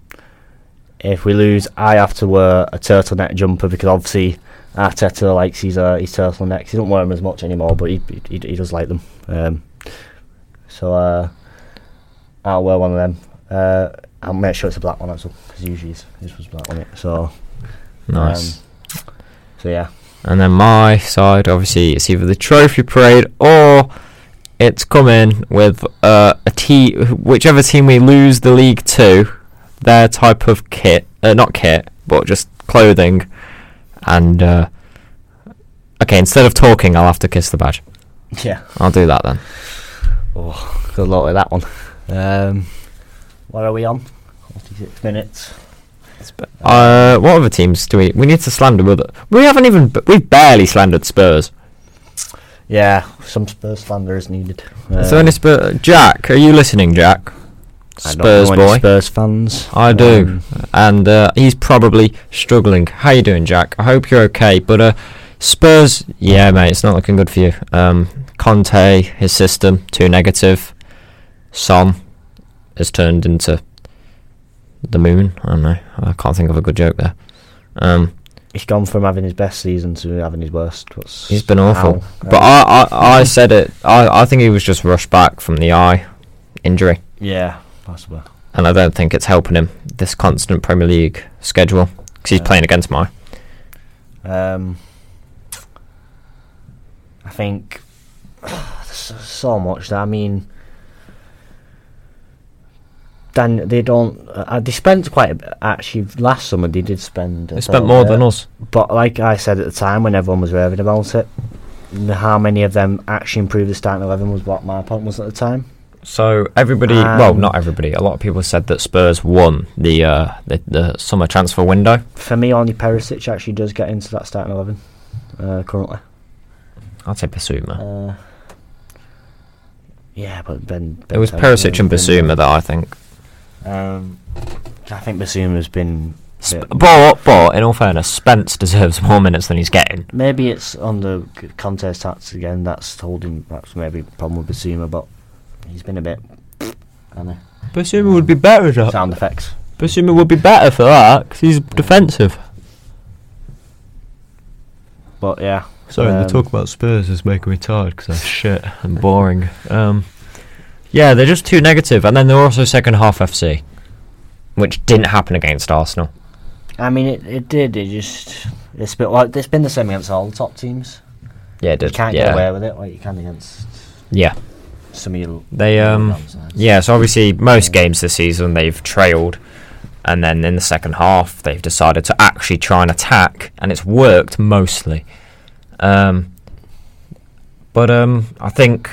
[SPEAKER 2] if we lose, I have to wear a turtleneck jumper because obviously Arteta likes his uh, his turtlenecks. He doesn't wear them as much anymore, but he he, he does like them. Um, so uh, I'll wear one of them. Uh, I'll make sure it's a black one actually, because usually it's- this was black on it. So
[SPEAKER 1] Nice.
[SPEAKER 2] um, so yeah.
[SPEAKER 1] And then my side, obviously, it's either the trophy parade or it's coming with uh, a team, whichever team we lose the league to, their type of kit, uh, not kit, but just clothing. And uh, okay, instead of talking, I'll have to kiss the badge.
[SPEAKER 2] Yeah.
[SPEAKER 1] I'll do that then.
[SPEAKER 2] Oh, good luck with that one. Um, what are we on? 46 minutes.
[SPEAKER 1] Uh, what other teams do we? We need to slander with it. We haven't even. We've barely slandered Spurs.
[SPEAKER 2] Yeah, some Spurs slander is needed.
[SPEAKER 1] Is there any Spurs? Jack, are you listening, Jack?
[SPEAKER 2] I don't
[SPEAKER 1] Spurs
[SPEAKER 2] know
[SPEAKER 1] boy.
[SPEAKER 2] any Spurs fans.
[SPEAKER 1] I do,
[SPEAKER 2] Um,
[SPEAKER 1] and uh, he's probably struggling. How you doing, Jack? I hope you're okay. But uh, Spurs, yeah, mate, it's not looking good for you. Um, Conte, his system too negative. Son has turned into the moon. I don't know. I can't think of a good joke there. Um,
[SPEAKER 2] he's gone from having his best season to having his worst. What's
[SPEAKER 1] he's been awful.
[SPEAKER 2] Ow.
[SPEAKER 1] But
[SPEAKER 2] Um,
[SPEAKER 1] I, I, I said it. I, I think he was just rushed back from the eye injury,
[SPEAKER 2] yeah, possible.
[SPEAKER 1] and I don't think it's helping him. This constant Premier League schedule, 'cause he's
[SPEAKER 2] Yeah.
[SPEAKER 1] playing against my.
[SPEAKER 2] Um, I think there's so much that I mean. Dan, they don't. Uh, they spent quite a bit. Actually, last summer they did spend.
[SPEAKER 1] They spent more than us.
[SPEAKER 2] But like I said at the time, when everyone was raving about it, n- how many of them actually improved the starting eleven was what my point was at the time.
[SPEAKER 1] So everybody, well,
[SPEAKER 2] Um,
[SPEAKER 1] not everybody. A lot of people said that Spurs won the uh, the, the summer transfer window.
[SPEAKER 2] For me, only Perisic actually does get into that starting eleven uh, currently.
[SPEAKER 1] I'd say Basuma.
[SPEAKER 2] Uh, yeah, but Ben.
[SPEAKER 1] it was Perisic and Basuma that I think.
[SPEAKER 2] Um, I think Basuma's been.
[SPEAKER 1] Sp-
[SPEAKER 2] Yeah.
[SPEAKER 1] But but in all fairness, Spence deserves more minutes than he's getting.
[SPEAKER 2] Maybe it's on the c- contest stats again. That's holding. That's maybe a problem with Basuma, but he's been a bit. I know.
[SPEAKER 1] Basuma would be better.
[SPEAKER 2] Sound effects.
[SPEAKER 1] Basuma would be better for that because he's defensive.
[SPEAKER 2] But yeah.
[SPEAKER 1] Sorry,
[SPEAKER 2] um,
[SPEAKER 1] the talk about Spurs is making me tired because they're shit and boring. Um, yeah, they're just too negative, and then they're also second half FC, which didn't happen against Arsenal.
[SPEAKER 2] I mean, it, it did. It just it's been like it's been the same against all the top teams.
[SPEAKER 1] Yeah, it did.
[SPEAKER 2] You can't
[SPEAKER 1] yeah.
[SPEAKER 2] get away with it like you can against
[SPEAKER 1] Yeah.
[SPEAKER 2] some of your
[SPEAKER 1] They
[SPEAKER 2] your
[SPEAKER 1] um
[SPEAKER 2] ground sides.
[SPEAKER 1] yeah, so obviously most games this season they've trailed and then in the second half they've decided to actually try and attack and it's worked mostly. Um but um I think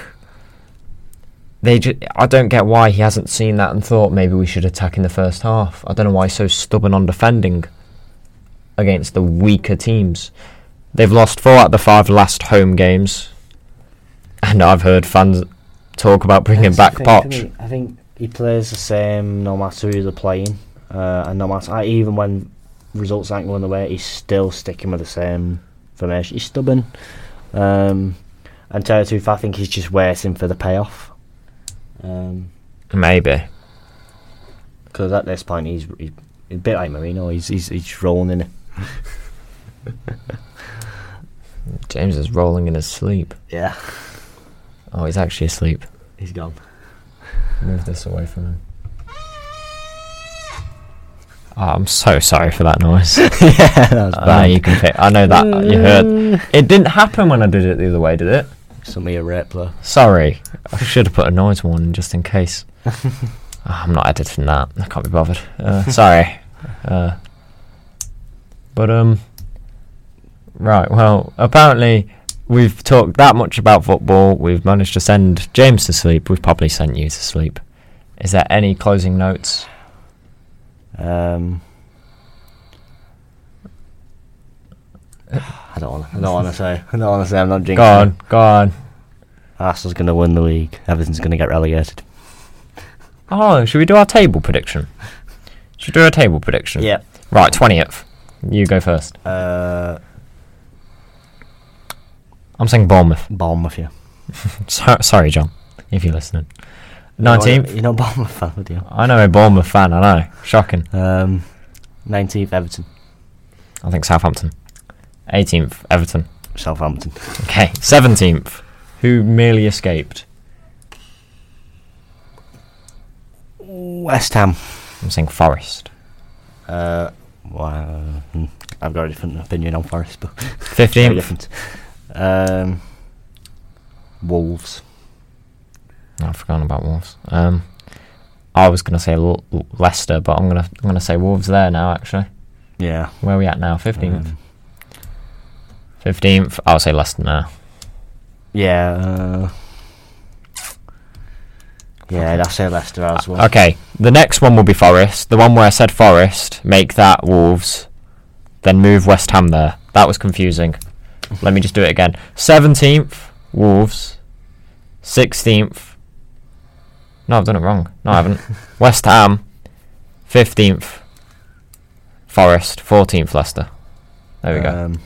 [SPEAKER 1] they ju- I don't get why he hasn't seen that and thought maybe we should attack in the first half. I don't know why he's so stubborn on defending against the weaker teams. They've lost four out of the five last home games. And I've heard fans talk about bringing
[SPEAKER 2] That's the
[SPEAKER 1] back
[SPEAKER 2] thing,
[SPEAKER 1] Poch.
[SPEAKER 2] isn't it? I think he plays the same no matter who they're playing, uh, and no matter I, even when results aren't going the way, he's still sticking with the same formation. He's stubborn. Um, and tell you the truth, I think he's just waiting for the payoff. Um,
[SPEAKER 1] Maybe.
[SPEAKER 2] Because at this point, he's, he's a bit like Marino. He's he's, he's rolling in it.
[SPEAKER 1] James is rolling in his sleep.
[SPEAKER 2] Yeah,
[SPEAKER 1] Oh, he's actually asleep.
[SPEAKER 2] he's gone.
[SPEAKER 1] Move this away from him. Oh, I'm so sorry for that noise.
[SPEAKER 2] yeah, that's
[SPEAKER 1] I know Ah, you can pick. I know that you heard. It didn't happen when I did it the other way, did it?
[SPEAKER 2] Some of your rap player.
[SPEAKER 1] Sorry, I should have put a noise warning just in case. Ah, I'm not editing that. I can't be bothered. Uh, sorry. Uh, but um, right. Well, apparently we've talked that much about football. We've managed to send James to sleep. We've probably sent you to sleep. Is there any closing notes?
[SPEAKER 2] Um, I don't want. I don't want to say. I don't want to say. I'm not jinxing.
[SPEAKER 1] Go on, go on.
[SPEAKER 2] it. Arsenal's going to win the league. Everything's going to get relegated.
[SPEAKER 1] Oh, should we do our table prediction? Should we do a table prediction?
[SPEAKER 2] Yeah.
[SPEAKER 1] Right, 20th. You go first.
[SPEAKER 2] Uh,
[SPEAKER 1] I'm saying Bournemouth.
[SPEAKER 2] Bournemouth, yeah.
[SPEAKER 1] So- sorry, John, if you're listening.
[SPEAKER 2] Nineteenth.
[SPEAKER 1] 19th.
[SPEAKER 2] You're not Bournemouth fan, would you?
[SPEAKER 1] I know a Bournemouth fan, I know. Shocking.
[SPEAKER 2] Um, nineteenth Everton,
[SPEAKER 1] I think Southampton. 18th, Everton.
[SPEAKER 2] Southampton.
[SPEAKER 1] Okay, 17th. Who merely escaped?
[SPEAKER 2] West Ham.
[SPEAKER 1] I'm saying Forest.
[SPEAKER 2] Uh, wow. hmm, I've got a different opinion on Forest, but very
[SPEAKER 1] 15th.
[SPEAKER 2] different. Um, Wolves.
[SPEAKER 1] Oh, I've forgotten about Wolves. Um, I was going to say L- L- Leicester, but I'm going to I'm gonna say Wolves there now, actually.
[SPEAKER 2] Yeah.
[SPEAKER 1] Where are we at now? 15th.
[SPEAKER 2] um,
[SPEAKER 1] 15th. I'll say Leicester now.
[SPEAKER 2] yeah. Uh, yeah, that's say Leicester as well.
[SPEAKER 1] Okay, the next one will be Forest. The one where I said Forest, make that Wolves, then move West Ham there. That was confusing. Let me just do it again. 17th, Wolves. 16th. No, I've done it wrong. No, I haven't. West Ham. 15th, Forest. 14th, Leicester. There we go.
[SPEAKER 2] Um,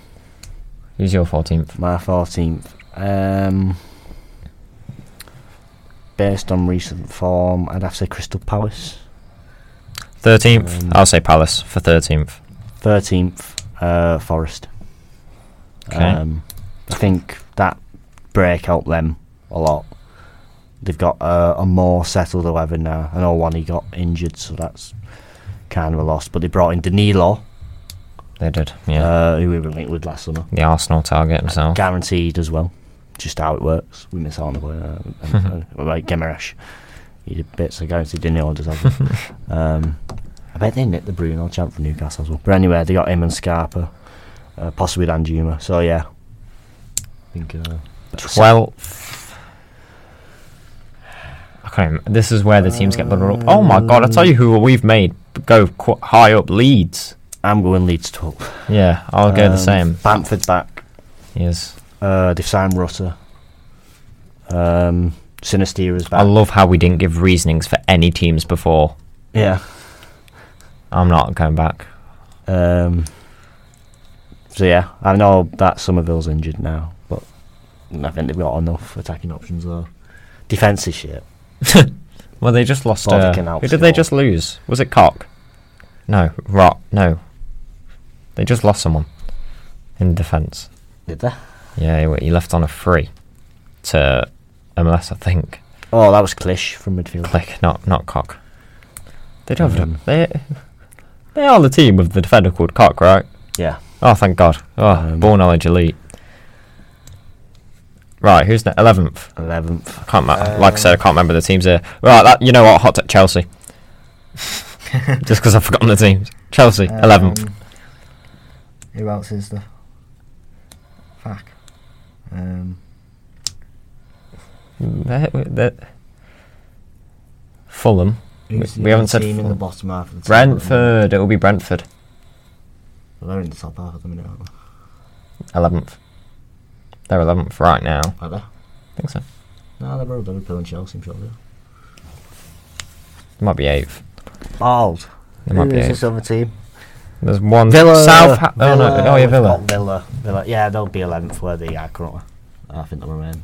[SPEAKER 1] Who's your 14th?
[SPEAKER 2] my fourteenth. Um, based on recent form, I'd have to say Crystal Palace.
[SPEAKER 1] 13th?
[SPEAKER 2] Um,
[SPEAKER 1] I'll say Palace for 13th.
[SPEAKER 2] Thirteenth, uh, Forest.
[SPEAKER 1] Okay.
[SPEAKER 2] Um, I think that break helped them a lot. They've got uh, a more settled eleven now. I know one he got injured, so that's kind of a loss. But they brought in Danilo,
[SPEAKER 1] They did, yeah.
[SPEAKER 2] uh, who we were linked with last summer,
[SPEAKER 1] the Arsenal target himself.
[SPEAKER 2] guaranteed as well. Just how it works. We miss out on the player, uh, and, uh, like Gemarash. He did bits. I guarantee Danilo does have. them. Um, I bet they nicked the Bruno champ from Newcastle as well. But anyway, they got him and Scarpa, uh, possibly Dan Juma. So yeah, I think uh,
[SPEAKER 1] Twelfth. I can't. Remember. This is where the teams get muddled up. Oh my god! I tell you who we've made go qu- high up leads.
[SPEAKER 2] I'm going Leeds twelve.
[SPEAKER 1] Yeah, I'll
[SPEAKER 2] Um,
[SPEAKER 1] go the same.
[SPEAKER 2] Bamford's back.
[SPEAKER 1] Yes,
[SPEAKER 2] Uh, they've signed Rutter. Um, Sinistera's back.
[SPEAKER 1] I love how we didn't give reasonings for any teams before.
[SPEAKER 2] yeah.
[SPEAKER 1] I'm not going back.
[SPEAKER 2] Um, so yeah, I know that Somerville's injured now, but I think they've got enough attacking options though. Defence is shit.
[SPEAKER 1] Well, they just lost.
[SPEAKER 2] Well, they
[SPEAKER 1] uh,
[SPEAKER 2] can
[SPEAKER 1] who did they
[SPEAKER 2] outscore.
[SPEAKER 1] just lose? Was it Cock? No, Rot. No, they just lost someone in defence.
[SPEAKER 2] Did they?
[SPEAKER 1] Yeah, he w- he left on a free to MLS, I think.
[SPEAKER 2] Oh, that was Clish from midfield.
[SPEAKER 1] Click, not not cock. They do have
[SPEAKER 2] Um,
[SPEAKER 1] a, they they are the team with the defender called cock, right?
[SPEAKER 2] Yeah.
[SPEAKER 1] Oh, thank God. Oh,
[SPEAKER 2] Um,
[SPEAKER 1] ball knowledge elite. Right, who's the eleventh?
[SPEAKER 2] Eleventh.
[SPEAKER 1] I can't. ma- like I said, I can't remember the teams here. Right, that you know what? Hot take Chelsea. Just because I've forgotten the teams. Chelsea eleventh.
[SPEAKER 4] Um, who else is there? Fuck. Um,
[SPEAKER 1] Fulham,
[SPEAKER 4] who's
[SPEAKER 1] We-
[SPEAKER 4] the
[SPEAKER 1] we haven't
[SPEAKER 4] other
[SPEAKER 1] said
[SPEAKER 4] team in
[SPEAKER 1] Fulham.
[SPEAKER 4] the bottom half of the table at the minute?
[SPEAKER 1] Brentford. It will be Brentford.
[SPEAKER 4] Well, they're in the top half at the minute, aren't they?
[SPEAKER 1] Eleventh. They're eleventh right now.
[SPEAKER 4] Are they?
[SPEAKER 1] I think so.
[SPEAKER 4] No, they're both Liverpool and Chelsea, I'm sure they are.
[SPEAKER 1] Might be eighth.
[SPEAKER 2] Bald.
[SPEAKER 1] It might
[SPEAKER 4] Who
[SPEAKER 1] be
[SPEAKER 4] is
[SPEAKER 1] eighth.
[SPEAKER 4] this other team?
[SPEAKER 1] There's one
[SPEAKER 2] Villa.
[SPEAKER 1] South. oh no!
[SPEAKER 4] Villa,
[SPEAKER 1] Oh yeah,
[SPEAKER 4] we've
[SPEAKER 1] Villa.
[SPEAKER 4] got Villa. Villa. Yeah, they'll be 11th where they are currently. I think they'll remain.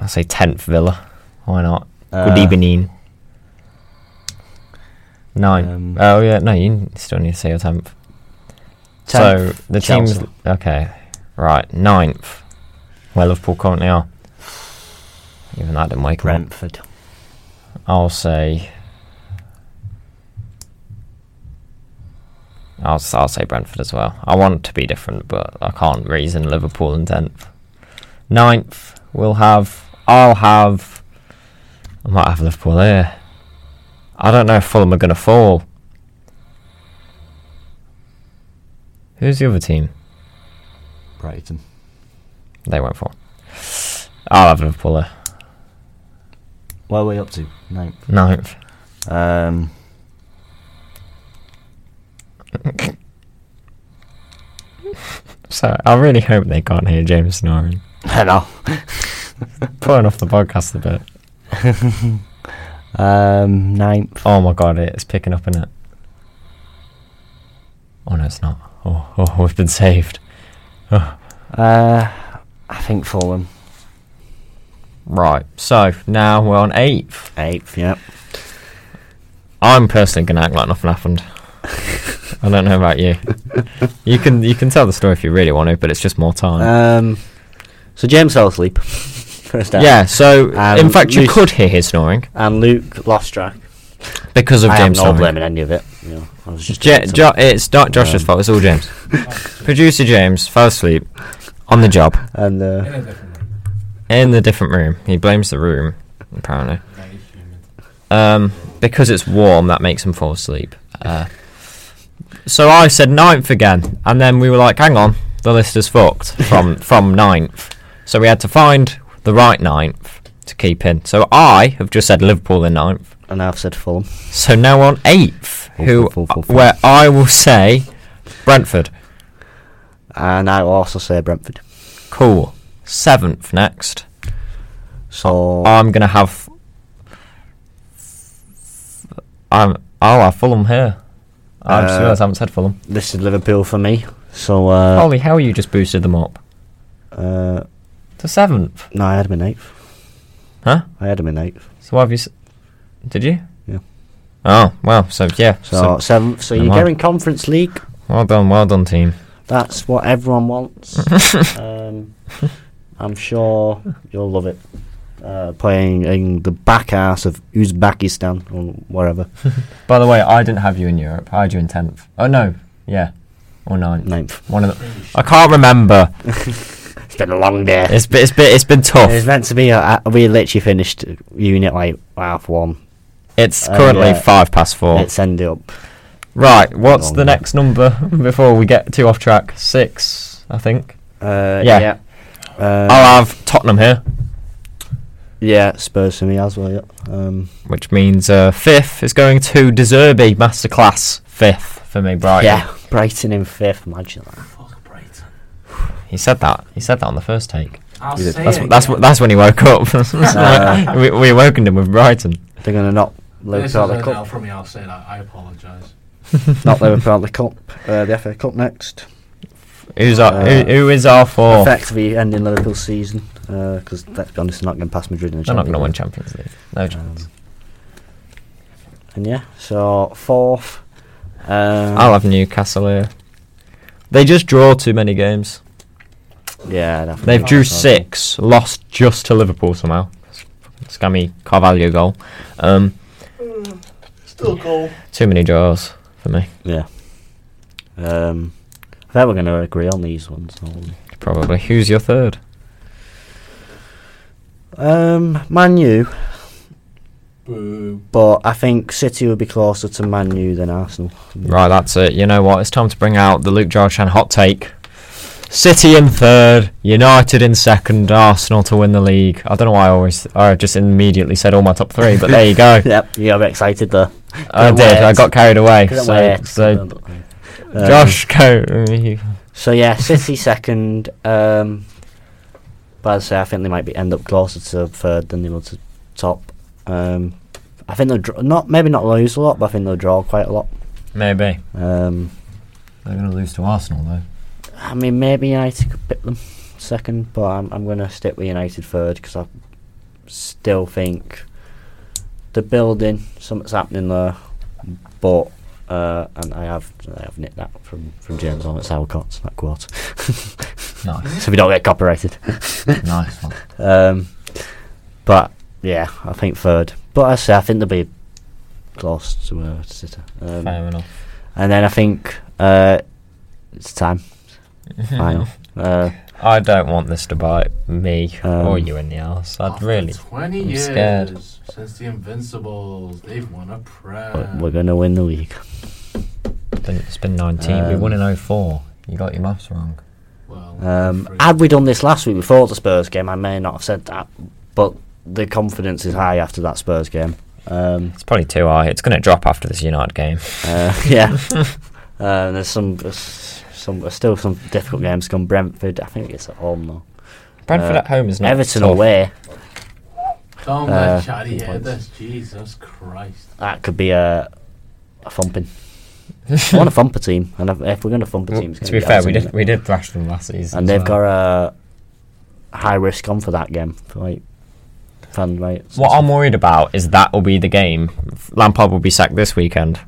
[SPEAKER 1] I say tenth Villa. Why not?
[SPEAKER 2] Uh,
[SPEAKER 1] Good evening. Nine.
[SPEAKER 2] Um,
[SPEAKER 1] oh yeah, no, you n- still need to say your tenth. So
[SPEAKER 2] Tenth,
[SPEAKER 1] the teams.
[SPEAKER 2] Chelsea.
[SPEAKER 1] Okay, right. Ninth. Where Liverpool currently are. Even that didn't wake me up.
[SPEAKER 2] Brentford.
[SPEAKER 1] I'll say. I'll, s- I'll say Brentford as well. I want to be different, but I can't reason Liverpool in 10th. Ninth, we'll have. I'll have. I might have Liverpool there. I don't know if Fulham are going to fall. Who's the other team?
[SPEAKER 4] Brighton.
[SPEAKER 1] They won't fall. I'll have Liverpool there.
[SPEAKER 4] What are we up to? Ninth.
[SPEAKER 1] Ninth.
[SPEAKER 2] Um,
[SPEAKER 1] So I really hope they can't hear James snoring.
[SPEAKER 2] I know.
[SPEAKER 1] Putting off the podcast a bit.
[SPEAKER 2] Um, ninth.
[SPEAKER 1] Oh my god, it's picking up in it. Oh no, it's not. Oh, oh we've been saved.
[SPEAKER 2] Uh, I think Fulham.
[SPEAKER 1] Right, so now we're on eighth.
[SPEAKER 2] Eighth, yep.
[SPEAKER 1] I'm personally gonna act like nothing happened. I don't know about you. You can you can tell the story if you really want to, but it's just more time.
[SPEAKER 2] Um, so James fell asleep. First down.
[SPEAKER 1] yeah. So
[SPEAKER 2] um,
[SPEAKER 1] in fact, you
[SPEAKER 2] Lucy-
[SPEAKER 1] could hear his snoring
[SPEAKER 2] And Luke lost track.
[SPEAKER 1] because of
[SPEAKER 2] I
[SPEAKER 1] James
[SPEAKER 2] have no
[SPEAKER 1] snoring.
[SPEAKER 2] blame in any of it. You know, I was just.
[SPEAKER 1] Ja
[SPEAKER 2] doing
[SPEAKER 1] jo- it's not Josh's
[SPEAKER 2] Um,
[SPEAKER 1] fault. It's all James. Producer James fell asleep on the job
[SPEAKER 2] something. And uh,
[SPEAKER 3] In a different room.
[SPEAKER 1] in the different room. He blames the room apparently
[SPEAKER 3] Very humid.
[SPEAKER 1] um, because it's warm. That makes him fall asleep. Uh, so I said ninth again, and then we were like, "Hang on, the list is fucked from from ninth." So we had to find the right ninth to keep in. So I have just said Liverpool in ninth.
[SPEAKER 2] and I've said Fulham.
[SPEAKER 1] So now on eighth, who
[SPEAKER 2] Full, full, full, full.
[SPEAKER 1] where I will say Brentford.
[SPEAKER 2] And I will also say Brentford.
[SPEAKER 1] Cool. Seventh next.
[SPEAKER 2] So
[SPEAKER 1] I'm gonna have. I'm. I'll have Fulham here. I just
[SPEAKER 2] Uh,
[SPEAKER 1] realised I haven't said Fulham.
[SPEAKER 2] this is Liverpool for me. So uh,
[SPEAKER 1] Holy hell! You just boosted them up Oh.
[SPEAKER 2] uh,
[SPEAKER 1] to seventh,
[SPEAKER 2] no, I had him in eighth.
[SPEAKER 1] huh?
[SPEAKER 2] I had him in eighth.
[SPEAKER 1] So why have you? S- did you?
[SPEAKER 2] Yeah.
[SPEAKER 1] Oh well. So yeah.
[SPEAKER 2] So,
[SPEAKER 1] So,
[SPEAKER 2] seventh. So
[SPEAKER 1] never
[SPEAKER 2] you're
[SPEAKER 1] mind.
[SPEAKER 2] in Conference League.
[SPEAKER 1] well done. Well done, team.
[SPEAKER 2] That's what everyone wants. um, I'm sure you'll love it. Uh, playing in the back ass of Uzbekistan or wherever.
[SPEAKER 1] By the way, I didn't have you in Europe. I had you in tenth. Oh no. Yeah. Or ninth.
[SPEAKER 2] Ninth.
[SPEAKER 1] One of the. I can't remember.
[SPEAKER 2] It's been a long day.
[SPEAKER 1] It's been. It's been. It's been
[SPEAKER 2] it
[SPEAKER 1] tough.
[SPEAKER 2] was meant to be. A, a- we literally finished unit like half one.
[SPEAKER 1] It's
[SPEAKER 2] uh,
[SPEAKER 1] currently
[SPEAKER 2] yeah.
[SPEAKER 1] five past four.
[SPEAKER 2] Let's end it up.
[SPEAKER 1] Right, what's
[SPEAKER 2] Long
[SPEAKER 1] the
[SPEAKER 2] way.
[SPEAKER 1] next number before we get too off track? Six, I think.
[SPEAKER 2] Uh,
[SPEAKER 1] Yeah.
[SPEAKER 2] yeah. Uh,
[SPEAKER 1] I'll have Tottenham here,
[SPEAKER 2] yeah, Spurs for me as well. Yeah. Um,
[SPEAKER 1] which means uh, fifth is going to Deserby Masterclass. Fifth for me, Brighton.
[SPEAKER 2] Yeah, Brighton in fifth. Imagine that.
[SPEAKER 3] Fuck Brighton.
[SPEAKER 1] he said that. He said that on the first take.
[SPEAKER 3] I'll
[SPEAKER 2] Is it-
[SPEAKER 3] say
[SPEAKER 1] That's
[SPEAKER 3] it
[SPEAKER 1] that's
[SPEAKER 3] again.
[SPEAKER 1] that's when he woke up. That's
[SPEAKER 2] Uh,
[SPEAKER 1] why we, we awakened him with Brighton.
[SPEAKER 2] They're gonna knock
[SPEAKER 3] This is
[SPEAKER 2] Liverpool out
[SPEAKER 3] a
[SPEAKER 2] the
[SPEAKER 3] tell
[SPEAKER 2] cup.
[SPEAKER 3] from me. I'll say that. I apologise.
[SPEAKER 2] knock Liverpool out the cup. Uh, the FA Cup next.
[SPEAKER 1] Who's our,
[SPEAKER 2] Uh,
[SPEAKER 1] who, who is our four?
[SPEAKER 2] Effectively ending Liverpool's season because let's be honest, they're not going past Madrid in the
[SPEAKER 1] They're not going to win
[SPEAKER 2] Champions
[SPEAKER 1] Champions League. No
[SPEAKER 2] League.
[SPEAKER 1] chance.
[SPEAKER 2] Um, and yeah, so fourth. Um,
[SPEAKER 1] I'll have Newcastle here. They just draw too many games.
[SPEAKER 2] yeah, definitely.
[SPEAKER 1] They've drew
[SPEAKER 2] Okay.
[SPEAKER 1] six, lost just to Liverpool somehow. Scammy Carvalho goal. Um,
[SPEAKER 3] Still goal.
[SPEAKER 1] too many draws for me,
[SPEAKER 2] Yeah. Um, I think we're going to agree on these ones. aren't we?
[SPEAKER 1] probably. Who's your third?
[SPEAKER 2] Um, Man U,
[SPEAKER 3] Boo.
[SPEAKER 2] but I think City would be closer to Man U than Arsenal.
[SPEAKER 1] Right, that's it. You know what? It's time to bring out the Luke Jarchan hot take. City in third, United in second, Arsenal to win the league. I don't know why I always, I just immediately said all my top three, but there you go.
[SPEAKER 2] Yep, you are excited there.
[SPEAKER 1] I
[SPEAKER 2] Couldn't
[SPEAKER 1] did. I
[SPEAKER 2] wait.
[SPEAKER 1] got carried away. Uh,
[SPEAKER 2] Couldn't
[SPEAKER 1] So,
[SPEAKER 2] wait.
[SPEAKER 1] so
[SPEAKER 2] Um,
[SPEAKER 1] Josh, go.
[SPEAKER 2] So yeah, City second. Um, but as I say, I think they might be end up closer to third than they will to top. Um, I think they'll dr- not maybe not lose a lot, but I think they'll draw quite a lot.
[SPEAKER 1] Maybe
[SPEAKER 2] Um,
[SPEAKER 1] they're going to lose to Arsenal though.
[SPEAKER 2] I mean, maybe United could pick them second, but I'm I'm going to stick with United third because I still think the building something's happening there. But uh, and I have I have nicked that from from James on at Sourcots that quote,
[SPEAKER 1] Nice,
[SPEAKER 2] so we don't get copyrighted.
[SPEAKER 1] nice one.
[SPEAKER 2] Um, but yeah, I think third. But I say I think they'll be close to uh, to City. Um,
[SPEAKER 1] Fair enough.
[SPEAKER 2] and then I think uh, it's time final. uh,
[SPEAKER 1] I don't want this to bite me or
[SPEAKER 2] Um,
[SPEAKER 1] you in the ass. I'd
[SPEAKER 3] After
[SPEAKER 1] really.
[SPEAKER 3] 20
[SPEAKER 1] I'm
[SPEAKER 3] years
[SPEAKER 1] scared.
[SPEAKER 3] since the Invincibles, they've won a
[SPEAKER 2] we're-
[SPEAKER 3] prem.
[SPEAKER 2] we're gonna win the league.
[SPEAKER 1] Been, it's been 19. we won in 04. You got your maths wrong.
[SPEAKER 3] Well,
[SPEAKER 2] Um,
[SPEAKER 3] free.
[SPEAKER 2] had we done this last week before the Spurs game, I may not have said that, but the confidence is high after that Spurs game. Um,
[SPEAKER 1] It's probably too high. It's going to drop after this United game.
[SPEAKER 2] uh, yeah, uh, there's some s- some still some difficult games come. Brentford, I think it's at home though.
[SPEAKER 1] Brentford
[SPEAKER 2] Uh,
[SPEAKER 1] at home is not
[SPEAKER 2] Everton
[SPEAKER 1] tough.
[SPEAKER 2] away,
[SPEAKER 3] Don't
[SPEAKER 2] Uh,
[SPEAKER 3] let Chatty
[SPEAKER 2] good
[SPEAKER 3] hear
[SPEAKER 2] points.
[SPEAKER 3] this. Jesus Christ.
[SPEAKER 2] that could be a a thumping. I want to thump a team, and if- if we're going to thump a
[SPEAKER 1] Well,
[SPEAKER 2] team, it's
[SPEAKER 1] to
[SPEAKER 2] gonna
[SPEAKER 1] be fair, we
[SPEAKER 2] Everton,
[SPEAKER 1] did
[SPEAKER 2] innit?
[SPEAKER 1] we did thrash them last season,
[SPEAKER 2] and they've
[SPEAKER 1] as well.
[SPEAKER 2] got a high risk on for that game for like fan rights.
[SPEAKER 1] What I'm worried about is that will be the game. Lampard will be sacked this weekend,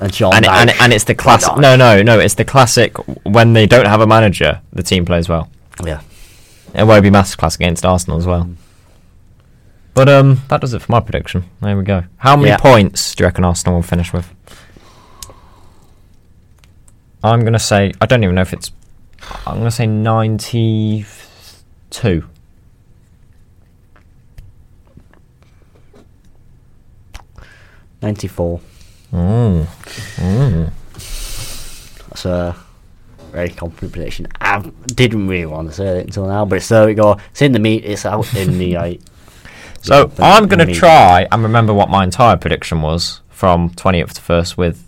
[SPEAKER 2] and Sean
[SPEAKER 1] and it, and,
[SPEAKER 2] Dyche.
[SPEAKER 1] it, and it's the classic.
[SPEAKER 2] Dyche.
[SPEAKER 1] No, no, no. It's the classic when they don't have a manager, the team plays well.
[SPEAKER 2] yeah,
[SPEAKER 1] It won't be masterclass against Arsenal as well. But um, that does it for my prediction. There we go. How many
[SPEAKER 2] Yeah.
[SPEAKER 1] points do you reckon Arsenal will finish with? I'm gonna say I don't even know if it's. I'm gonna say ninety-two.
[SPEAKER 2] ninety four.
[SPEAKER 1] Mm. Mm.
[SPEAKER 2] That's a very confident prediction. I didn't really want to say it until now, but it's there we go. It's in the meat. It's out in the uh,
[SPEAKER 1] So
[SPEAKER 2] Yeah,
[SPEAKER 1] I'm going to
[SPEAKER 2] maybe.
[SPEAKER 1] try and remember what my entire prediction was from 20th to 1st with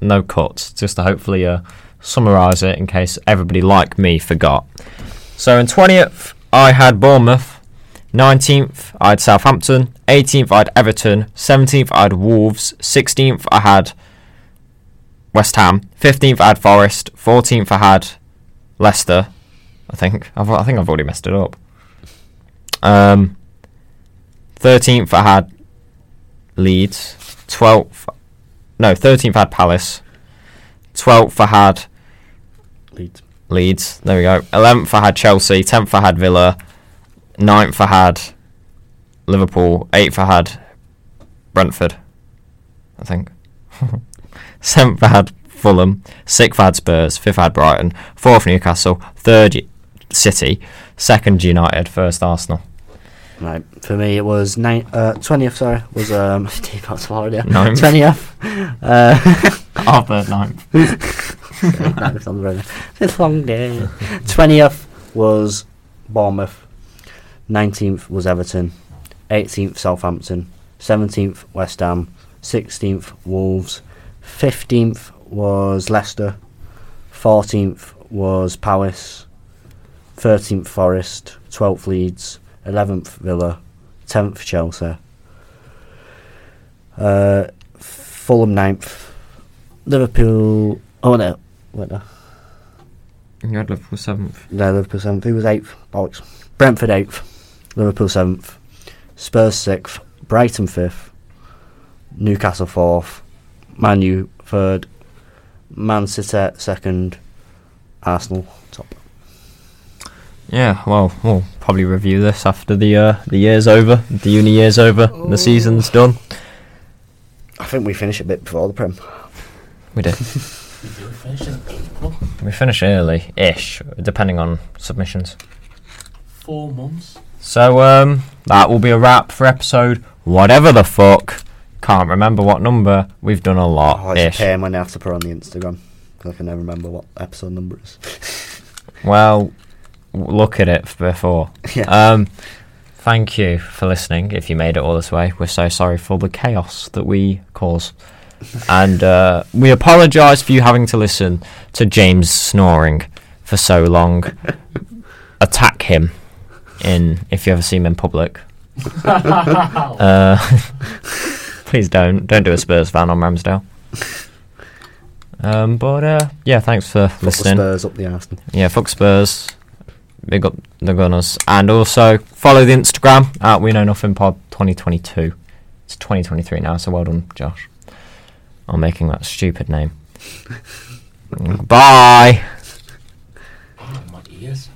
[SPEAKER 1] no cuts, just to hopefully uh, summarise it in case everybody like me forgot. So in 20th, I had Bournemouth. 19th, I had Southampton. 18th, I had Everton. 17th, I had Wolves. 16th, I had West Ham. 15th, I had Forest. 14th, I had Leicester. I think I've, I think I've already messed it up. Um, 13th, I had Leeds. 12th, no, 13th, I had Palace. 12th, I had
[SPEAKER 2] Leeds.
[SPEAKER 1] Leeds. There we go. 11th, I had Chelsea. 10th, I had Villa. 9th, I had Liverpool. 8th, I had Brentford, I think. 7th, I had Fulham. 6th, I had Spurs. 5th, I had Brighton. 4th, Newcastle. 3rd, City. 2nd, United. 1st, Arsenal.
[SPEAKER 2] Right, for me it was nine, uh, 20th, sorry, was um, deep out Florida.
[SPEAKER 1] Ninth.
[SPEAKER 2] 20th. Uh,
[SPEAKER 1] Half 9th.
[SPEAKER 2] sorry, that was on the road. it's a long day. 20th was Bournemouth. 19th was Everton. 18th, Southampton. 17th, West Ham. 16th, Wolves. 15th was Leicester. 14th was Palace. 13th, Forest. 12th, Leeds. 11th, Villa. 10th, Chelsea. Uh, Fulham 9th. Liverpool. Oh, no. Wait, no.
[SPEAKER 1] You had Liverpool 7th.
[SPEAKER 2] No, Liverpool seventh. Who was eighth? Bollocks. Brentford eighth. Liverpool seventh. Spurs sixth. Brighton fifth. Newcastle fourth. Man U third. Man City second. Arsenal top.
[SPEAKER 1] Yeah, well, we'll probably review this after the uh, the year's over, the uni year's over, the season's done.
[SPEAKER 2] I think we finish a bit before the Prem.
[SPEAKER 1] We did.
[SPEAKER 3] We do finish in April.
[SPEAKER 1] we finish early, ish, depending on submissions.
[SPEAKER 3] Four months.
[SPEAKER 1] So um, that will be a wrap for episode whatever the fuck. Can't remember what number. We've done a
[SPEAKER 2] Oh,
[SPEAKER 1] lot
[SPEAKER 2] it's
[SPEAKER 1] ish.
[SPEAKER 2] a pain when I have to put on the Instagram 'cause I can never remember what episode number is.
[SPEAKER 1] Well, w- look at it f- before.
[SPEAKER 2] yeah.
[SPEAKER 1] Um, thank you for listening. If you made it all this way, we're so sorry for the chaos that we cause, and uh, we apologise for you having to listen to James snoring for so long. Attack him in if you ever see him in public. Uh, please don't don't do a Spurs fan on Ramsdale. Um, but uh, yeah, thanks for
[SPEAKER 2] Fuck the
[SPEAKER 1] listening.
[SPEAKER 2] Spurs up the Arsenal.
[SPEAKER 1] Yeah, fuck Spurs. Big up the Gunners. And also follow the Instagram at We Know Nothing Pod 2022. It's 2023 now, so well done, Josh, on making that stupid name. Bye.
[SPEAKER 3] oh, my ears.